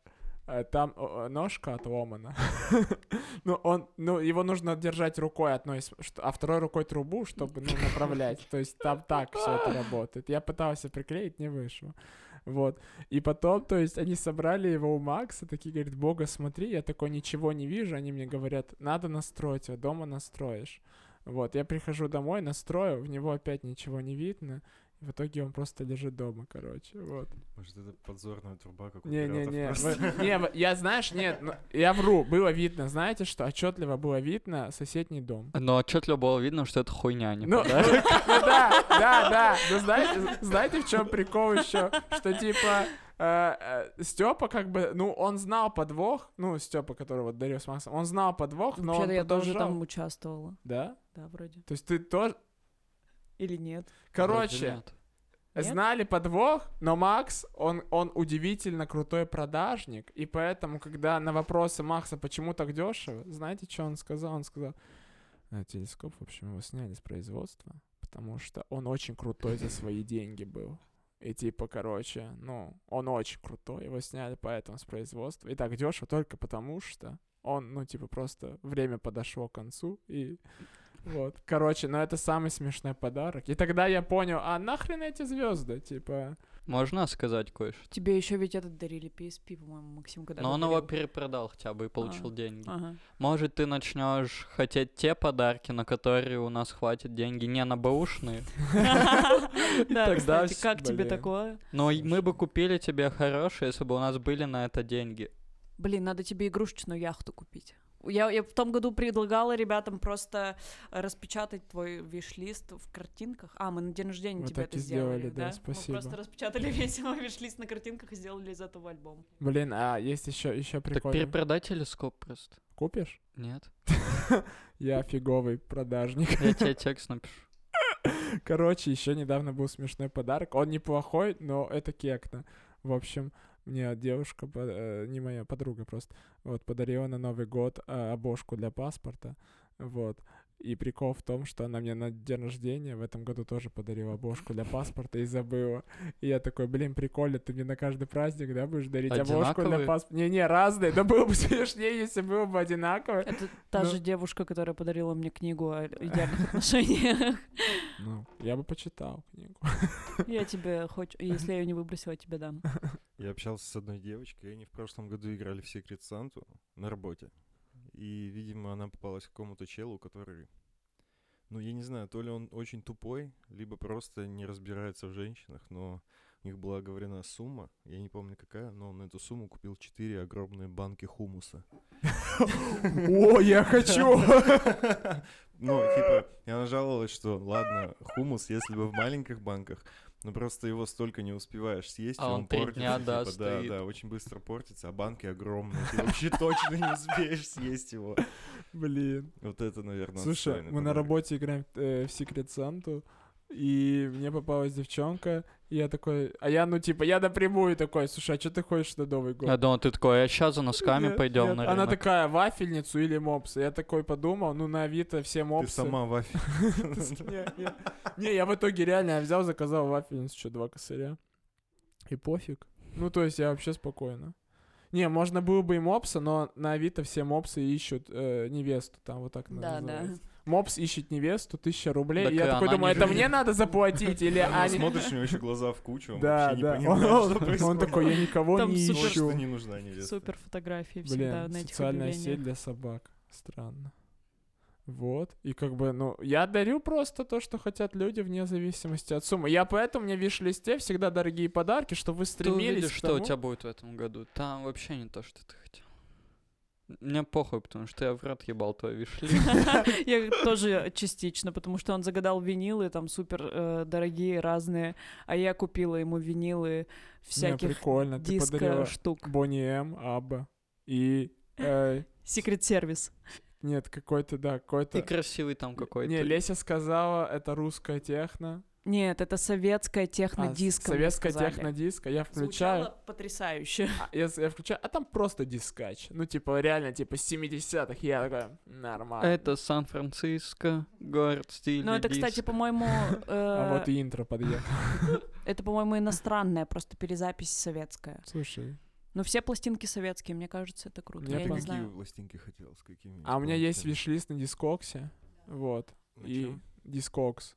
Speaker 1: э, там о, о, ножка отломана. Ну, он, ну, его нужно держать рукой одной, с- что- а второй рукой трубу, чтобы ну, направлять. То есть там так все это работает. Я пытался приклеить, не вышло. Вот. И потом, то есть, они собрали его у Макса, такие говорят, бога, смотри, я такой ничего не вижу. Они мне говорят, надо настроить его, дома настроишь. Вот, я прихожу домой, настрою, в него опять ничего не видно. В итоге он просто лежит дома, короче, вот.
Speaker 5: Может, это подзорная труба, как у пиратов
Speaker 1: Не-не-не,
Speaker 5: просто?
Speaker 1: вы- не, вы- я, знаешь, нет, ну, я вру, было видно, знаете что, отчетливо было видно соседний дом.
Speaker 3: Но отчетливо было видно, что это хуйня, а не
Speaker 1: Ну, ну,
Speaker 3: подарок.
Speaker 1: ну да, да, да. Ну знаете, знаете, в чем прикол еще? Что типа Степа как бы, ну, он знал подвох, ну, Степа, которого дарил с Максом, он знал подвох, но он
Speaker 4: Вообще-то я тоже
Speaker 1: продолжал.
Speaker 4: там участвовала.
Speaker 1: Да?
Speaker 4: Да, вроде.
Speaker 1: То есть ты тоже...
Speaker 4: Или нет?
Speaker 1: Короче,
Speaker 3: Нет.
Speaker 4: Нет?
Speaker 1: Знали подвох, но Макс, он, он удивительно крутой продажник, и поэтому, когда на вопросы Макса, почему так дешево, знаете, что он сказал? Он сказал, «А, телескоп, в общем, его сняли с производства, потому что он очень крутой за свои деньги был. И типа, короче, ну, он очень крутой, его сняли поэтому с производства. И так дешево только потому, что он, ну, типа, просто время подошло к концу, и вот. Короче, но это самый смешной подарок. И тогда я понял, а нахрен эти звезды, типа...
Speaker 3: Можно сказать кое-что?
Speaker 4: Тебе еще ведь этот дарили PSP, по-моему, Максим, когда
Speaker 3: Но он его
Speaker 4: подарил.
Speaker 3: перепродал хотя бы и
Speaker 1: А.
Speaker 3: получил деньги.
Speaker 4: Ага.
Speaker 3: Может, ты начнешь хотеть те подарки, на которые у нас хватит деньги, не на бэушные?
Speaker 4: Да,
Speaker 1: тогда
Speaker 4: кстати,
Speaker 1: вс-
Speaker 4: как тебе
Speaker 1: блин.
Speaker 4: такое?
Speaker 3: Но и мы бы
Speaker 1: Слушай.
Speaker 3: купили тебе хорошие, если бы у нас были на это деньги.
Speaker 4: Блин, надо тебе игрушечную яхту купить. Я, я в том году предлагала ребятам просто э, распечатать твой виш-лист в картинках. А, мы на день рождения
Speaker 1: Вы
Speaker 4: тебе
Speaker 1: так
Speaker 4: это
Speaker 1: и
Speaker 4: сделали,
Speaker 1: сделали, да,
Speaker 4: Мы
Speaker 1: спасибо.
Speaker 4: просто распечатали весь его виш-лист на картинках и сделали из этого альбом.
Speaker 1: Блин, а есть еще еще
Speaker 3: Так
Speaker 1: прикольно.
Speaker 3: перепродай телескоп просто.
Speaker 1: Купишь?
Speaker 3: Нет.
Speaker 1: Я фиговый продажник.
Speaker 3: Я тебе текст напишу.
Speaker 1: Короче, еще недавно был смешной подарок. Он неплохой, но это кекно. В общем, мне девушка, по- э, не моя подруга просто, вот подарила на Новый год э, обложку для паспорта. Вот. И прикол в том, что она мне на день рождения в этом году тоже подарила обложку для паспорта и забыла. И я такой, блин, прикольно, ты мне на каждый праздник, да, будешь дарить обложку для
Speaker 3: Одинаковые?
Speaker 1: паспорта? Не-не, разные, да было бы смешнее, если было бы одинаково.
Speaker 4: Это та
Speaker 1: Ну.
Speaker 4: же девушка, которая подарила мне книгу о идеальных отношениях.
Speaker 1: Ну, я бы почитал книгу.
Speaker 4: Я тебе хочу... Если я ее не выбросила, я тебе дам.
Speaker 5: Я общался с одной девочкой, и они в прошлом году играли в Секрет Санту на работе. И, видимо, она попалась к какому-то челу, который... Ну, я не знаю, то ли он очень тупой, либо просто не разбирается в женщинах, но у них была оговорена сумма, я не помню какая, но он на эту сумму купил четыре огромные банки хумуса.
Speaker 1: О, я хочу!
Speaker 5: Ну, типа, и она жаловалась, что ладно, хумус, если бы в маленьких банках, Ну просто его столько не успеваешь съесть,
Speaker 3: А
Speaker 5: и
Speaker 3: он три
Speaker 5: портится,
Speaker 3: дня,
Speaker 5: типа,
Speaker 3: да,
Speaker 5: да,
Speaker 3: стоит.
Speaker 5: да, очень быстро портится, а банки огромные, ты вообще точно не успеешь съесть его.
Speaker 1: Блин.
Speaker 5: Вот это, наверное,
Speaker 1: Слушай,
Speaker 5: отстойный
Speaker 1: мы на
Speaker 5: подарок.
Speaker 1: работе играем э, в Секрет Санту, и мне попалась девчонка, и я такой, а я, ну, типа, я напрямую такой, слушай, а что ты хочешь на Новый год?
Speaker 3: Я думал, ты такой, а сейчас за носками
Speaker 1: Нет,
Speaker 3: пойдем
Speaker 1: нет.
Speaker 3: на
Speaker 1: Она
Speaker 3: рынок.
Speaker 1: такая, вафельницу или мопсы? Я такой подумал, ну, на Авито все
Speaker 5: Ты
Speaker 1: мопсы.
Speaker 5: сама вафель.
Speaker 1: Не, не. Не, я в итоге реально взял, заказал вафельницу, что, два косаря. И пофиг. Ну, то есть я вообще спокойно. Не, можно было бы и мопса, но на Авито все мопсы ищут э, невесту, там вот так
Speaker 6: Да, да.
Speaker 1: называется. Мопс ищет невесту, тысяча рублей.
Speaker 3: Так
Speaker 1: И я
Speaker 3: и
Speaker 1: такой
Speaker 3: она
Speaker 1: думаю,
Speaker 3: не
Speaker 1: это
Speaker 3: жена.
Speaker 1: мне надо заплатить или они...
Speaker 5: Смотришь, у него еще глаза в кучу, он
Speaker 1: Да,
Speaker 5: вообще не
Speaker 1: да.
Speaker 5: понимает, что
Speaker 1: Он- Он
Speaker 5: происходит.
Speaker 1: такой, я никого
Speaker 4: Там
Speaker 1: не
Speaker 4: супер-
Speaker 5: Вот что
Speaker 1: ищу.
Speaker 5: не нужна невеста.
Speaker 4: Супер фотографии всегда
Speaker 1: Блин,
Speaker 4: на этих
Speaker 1: социальная
Speaker 4: объявлениях.
Speaker 1: сеть для собак. Странно. Вот. И как бы, ну, я дарю просто то, что хотят люди, вне зависимости от суммы. Я поэтому, мне в виш-листе всегда дорогие подарки, чтобы вы
Speaker 3: Ты
Speaker 1: стремились
Speaker 3: увидишь,
Speaker 1: к
Speaker 3: что у
Speaker 1: тому-
Speaker 3: тебя будет в этом году. Там вообще не то, что ты хотел. Мне похуй, потому что я в рот ебал твою вишли.
Speaker 4: Я тоже частично, потому что он загадал винилы, там супер э, дорогие, разные, а я купила ему винилы
Speaker 1: Не,
Speaker 4: всяких
Speaker 1: прикольно. Ты
Speaker 4: диско
Speaker 1: подарила
Speaker 4: штук.
Speaker 1: Бонни М, Абба и... э,
Speaker 4: Секрет-сервис.
Speaker 1: нет, какой-то, да, какой-то...
Speaker 3: И красивый там какой-то.
Speaker 1: Не, Леся сказала, это русская техно.
Speaker 4: Нет, это советская
Speaker 1: А, с-
Speaker 4: технодиска. мне
Speaker 1: советская
Speaker 4: сказали.
Speaker 1: технодиско. Я включаю...
Speaker 4: Звучало потрясающе.
Speaker 1: А, Я, с- я включаю, а там просто дискач. Ну, типа, реально, типа, с 70-х. Я такой, нормально.
Speaker 3: Это Сан-Франциско, город стиля
Speaker 4: Но Ну, это, кстати,
Speaker 3: диско.
Speaker 4: по-моему,
Speaker 1: А вот
Speaker 4: э,
Speaker 1: и интро подъехало.
Speaker 4: это, по-моему, иностранная просто перезапись советская.
Speaker 1: Слушай.
Speaker 4: Но все пластинки советские, мне кажется, это круто.
Speaker 1: Я
Speaker 4: Я
Speaker 5: А ты
Speaker 4: не
Speaker 1: так-
Speaker 5: какие
Speaker 4: знаю.
Speaker 5: пластинки хотел? С какими?
Speaker 1: А у меня есть
Speaker 5: исполнителями?
Speaker 1: виш-лист на дискоксе. Вот.
Speaker 5: На
Speaker 1: И
Speaker 5: чём?
Speaker 1: дискокс.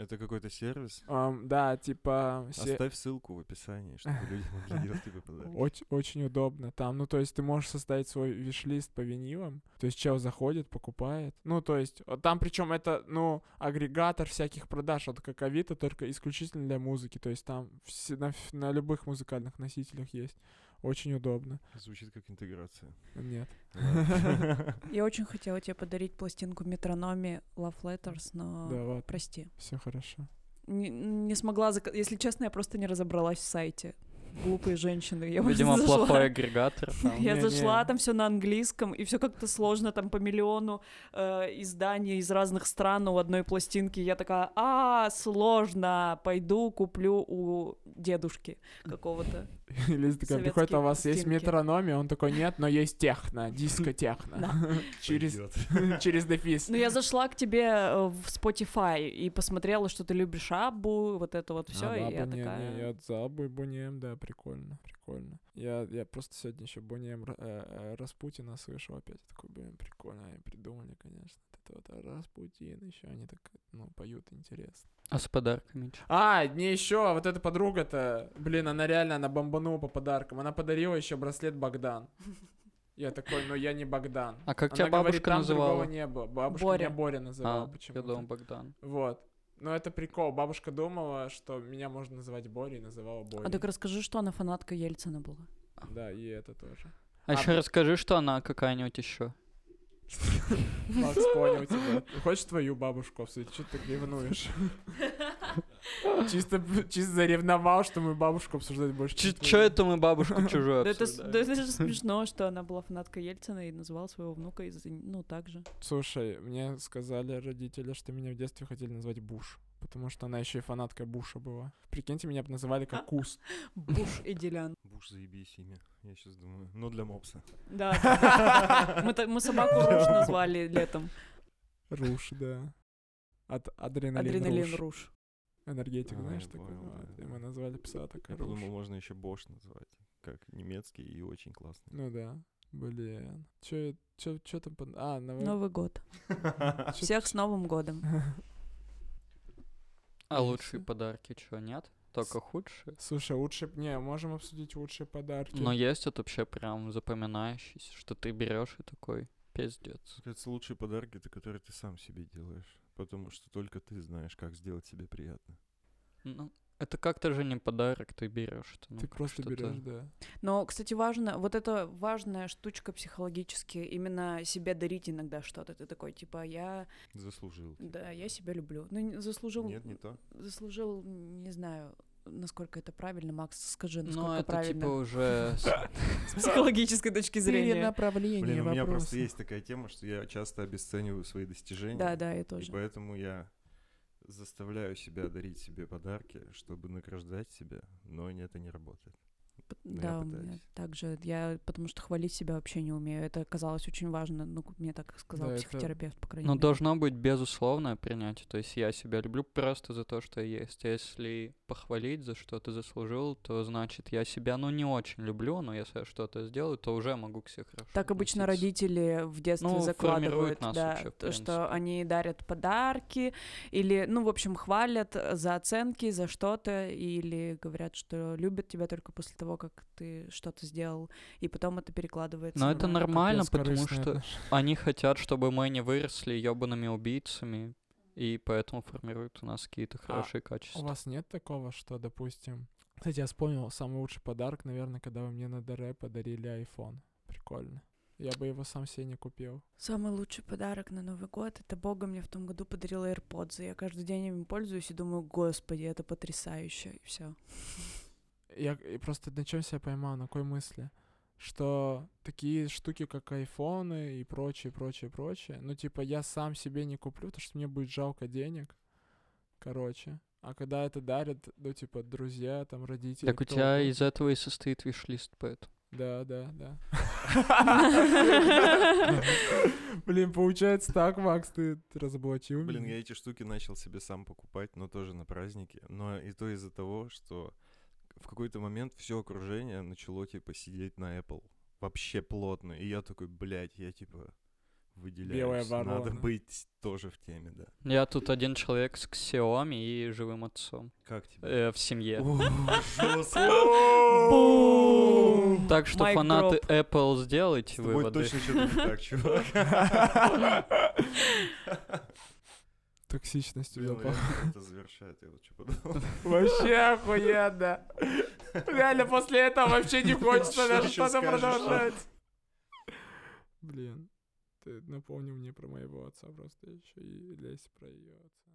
Speaker 5: Это какой-то сервис?
Speaker 1: Ам, Да, типа... все-
Speaker 5: Оставь ссылку в описании, чтобы люди могли делать тебе подарки.
Speaker 1: Оч- очень удобно там. Ну, то есть ты можешь составить свой виш-лист по винилам. То есть чел заходит, покупает. Ну, то есть а там причем это, ну, агрегатор всяких продаж. Вот как Авито, только исключительно для музыки. То есть там все- на, ф- на любых музыкальных носителях есть. Очень удобно.
Speaker 5: Звучит как интеграция.
Speaker 1: Нет.
Speaker 5: Ладно.
Speaker 4: Я очень хотела тебе подарить пластинку метрономи Love Letters, но
Speaker 1: Да, ладно.
Speaker 4: прости.
Speaker 1: Все хорошо.
Speaker 4: Не, не смогла зака- Если честно, я просто не разобралась в сайте. Глупые женщины. Я просто
Speaker 3: Видимо,
Speaker 4: зашла.
Speaker 3: плохой агрегатор там.
Speaker 4: Я
Speaker 1: Не-не.
Speaker 4: зашла, там все на английском, и все как-то сложно, там по миллиону э, изданий из разных стран у одной пластинки. Я такая, а, сложно, пойду куплю у дедушки какого-то.
Speaker 1: Или такая, приходит, а у вас есть
Speaker 4: пластинки.
Speaker 1: метрономия? Он такой, нет, но есть техно, диско-техно. Через,
Speaker 5: Пойдёт.
Speaker 1: через дефис.
Speaker 4: Ну, я зашла к тебе э, в Spotify и посмотрела, что ты любишь Аббу, вот это вот все,
Speaker 1: А, да,
Speaker 4: и я
Speaker 1: Бонни М,
Speaker 4: такая...
Speaker 1: Не, я за Бой Бонни М, да, прикольно, прикольно. Я, я просто сегодня еще Бонни М, Ра- э, э, Распутина слышал опять. Такой, блин, прикольно, они придумали, конечно. Вот Это вот а, Распутин еще, они так, ну, поют интересно.
Speaker 3: А с подарками чё?
Speaker 1: А, не еще, вот эта подруга-то, блин, она реально, она бомбанула по подаркам. Она подарила еще браслет Богдан. Я такой, ну я не Богдан.
Speaker 3: А как
Speaker 1: Она
Speaker 3: тебя
Speaker 1: говорит,
Speaker 3: бабушка
Speaker 1: там
Speaker 3: называла?
Speaker 1: другого не было. Бабушка
Speaker 4: Боря.
Speaker 1: меня Боря
Speaker 3: А,
Speaker 1: называла
Speaker 3: я
Speaker 1: почему-то.
Speaker 3: думал, Богдан.
Speaker 1: Вот. Но это прикол. Бабушка думала, что меня можно называть Борей, и называла Борей.
Speaker 4: А так расскажи, что она фанатка Ельцина была.
Speaker 1: Да, и это тоже. А,
Speaker 3: А еще расскажи, что она какая-нибудь еще.
Speaker 1: Макс понял тебя. Хочешь твою бабушку обсудить? Что ты так ревнуешь? Чисто, чисто заревновал, что мы бабушку обсуждать больше. чем
Speaker 3: Че
Speaker 1: твою.
Speaker 3: это мы бабушку чужую
Speaker 4: Да это, с- да
Speaker 3: обсуждаем?
Speaker 4: это же смешно, что она была фанаткой Ельцина и назвала своего внука, из ну, так же.
Speaker 1: Слушай, мне сказали родители, что меня в детстве хотели назвать Буш. Потому что она еще и фанатка Буша была. Прикиньте, меня бы называли как Куст.
Speaker 4: Буш и Делян.
Speaker 5: Буш, заебись имя, я сейчас думаю. Но для мопса.
Speaker 4: Да. Мы, та- мы собаку Руш назвали летом.
Speaker 1: Руш, да. От адреналин,
Speaker 4: Адреналин
Speaker 1: Руш.
Speaker 4: Руш.
Speaker 1: Энергетик,
Speaker 5: А,
Speaker 1: знаешь,
Speaker 5: я
Speaker 1: такой.
Speaker 5: понял,
Speaker 1: Вот,
Speaker 5: да,
Speaker 1: и
Speaker 5: да.
Speaker 1: Мы назвали пса так
Speaker 5: Я
Speaker 1: Руш.
Speaker 5: подумал, можно еще Бош назвать, как немецкий и очень классный.
Speaker 1: Ну да. Блин. Че, че, че там... под- А, на...
Speaker 4: Новый год. Всех с Новым годом.
Speaker 3: А
Speaker 1: Ясно.
Speaker 3: лучшие подарки что, нет? Только худшие?
Speaker 1: Слушай, лучше... Не, можем обсудить лучшие подарки.
Speaker 3: Но есть вот вообще прям запоминающийся, что ты берешь и такой пиздец.
Speaker 5: Кажется, лучшие подарки, это которые ты сам себе делаешь. Потому что только ты знаешь, как сделать себе приятно.
Speaker 3: Ну, Это как-то же не подарок ты берешь. это, ну,
Speaker 1: Ты
Speaker 3: как
Speaker 1: просто
Speaker 3: что-то-
Speaker 1: берешь, да.
Speaker 4: Но, кстати, важно, вот это важная штучка психологически, именно себе дарить иногда что-то. Ты такой, типа, я,
Speaker 5: Заслужил.
Speaker 4: да, я себя люблю. Ну, не- заслужил,
Speaker 5: Нет, не то.
Speaker 4: заслужил, не знаю, насколько это правильно, Макс, скажи, насколько
Speaker 3: Ну, это
Speaker 4: правильно.
Speaker 3: типа уже... с-
Speaker 4: С психологической точки зрения.
Speaker 1: Перенаправление
Speaker 5: Блин, у меня просто есть такая тема, что я часто обесцениваю свои достижения.
Speaker 4: Да, да, я
Speaker 5: И
Speaker 4: тоже.
Speaker 5: поэтому я заставляю себя дарить себе подарки, чтобы награждать себя, но не- это не работает.
Speaker 4: П-
Speaker 5: я
Speaker 4: Да, у меня
Speaker 5: пытаюсь.
Speaker 4: также. Я потому что хвалить себя вообще не умею. Это оказалось очень важно. Ну, мне так сказал
Speaker 1: Да, это-
Speaker 4: психотерапевт, по крайней
Speaker 3: Ну,
Speaker 4: мере.
Speaker 3: должно быть безусловное принятие. То есть я себя люблю просто за то, что я есть. А Если похвалить за что ты заслужил, то значит я себя, ну, не очень люблю, но если я что-то сделаю, то уже могу к себе хорошо
Speaker 4: Так обычно
Speaker 3: относиться.
Speaker 4: родители в детстве
Speaker 3: Ну,
Speaker 4: закладывают,
Speaker 3: формирует нас
Speaker 4: да,
Speaker 3: вообще, в
Speaker 4: то,
Speaker 3: принципе.
Speaker 4: что они дарят подарки или, ну, в общем, хвалят э, за оценки, за что-то, или говорят, что любят тебя только после того, как ты что-то сделал, и потом это перекладывается.
Speaker 3: Но это
Speaker 4: на-
Speaker 3: нормально, потому что они хотят, чтобы мы не выросли ебаными убийцами, и поэтому формируют у нас какие-то хорошие
Speaker 1: А У
Speaker 3: качества.
Speaker 1: вас нет такого, что, допустим... Кстати, я вспомнил самый лучший подарок, наверное, когда вы мне на ДР подарили iPhone. Прикольно. Я бы его сам себе не купил.
Speaker 4: Самый лучший подарок на Новый год — это Бога мне в том году подарил AirPods, и я каждый день им пользуюсь и думаю, господи, это потрясающе, и все.
Speaker 1: Я и просто на чем себя поймал, на какой мысли? Что такие штуки, как айфоны и прочее, прочее, прочее, ну, типа, я сам себе не куплю, потому что мне будет жалко денег, короче. А когда это дарят, ну, типа, друзья, там, родители.
Speaker 3: Так у
Speaker 1: кто
Speaker 3: тебя
Speaker 1: угодно.
Speaker 3: из этого и состоит виш-лист, поэтому.
Speaker 1: Да, да, да. Блин, получается так, Макс, ты разоблачил
Speaker 5: Блин,
Speaker 1: меня.
Speaker 5: я эти штуки начал себе сам покупать, но тоже на праздники. Но и то из-за того, что в какой-то момент все окружение начало типа сидеть на Apple. Вообще плотно. И я такой, блядь, я типа выделяюсь. Надо
Speaker 1: ворона.
Speaker 5: быть тоже в теме, да.
Speaker 3: Я тут один человек с Xiaomi и живым отцом
Speaker 5: Как тебе?
Speaker 3: э, в семье.
Speaker 5: О, жестко.
Speaker 2: Бум!
Speaker 3: Так что
Speaker 2: Mic
Speaker 3: фанаты Apple сделайте
Speaker 5: С тобой
Speaker 3: выводы.
Speaker 5: точно что-то не так, чувак.
Speaker 1: Токсичность у меня,
Speaker 5: Блин,
Speaker 1: похуй.
Speaker 5: реально Это завершает, Ну, я вот что подумал.
Speaker 1: Вообще охуенно. Реально, после этого вообще не хочется
Speaker 5: Что
Speaker 1: даже
Speaker 5: ещё
Speaker 1: что-то
Speaker 5: скажешь, а?
Speaker 1: продолжать. Блин, ты напомнил мне про моего отца просто еще и лезь про ее отца.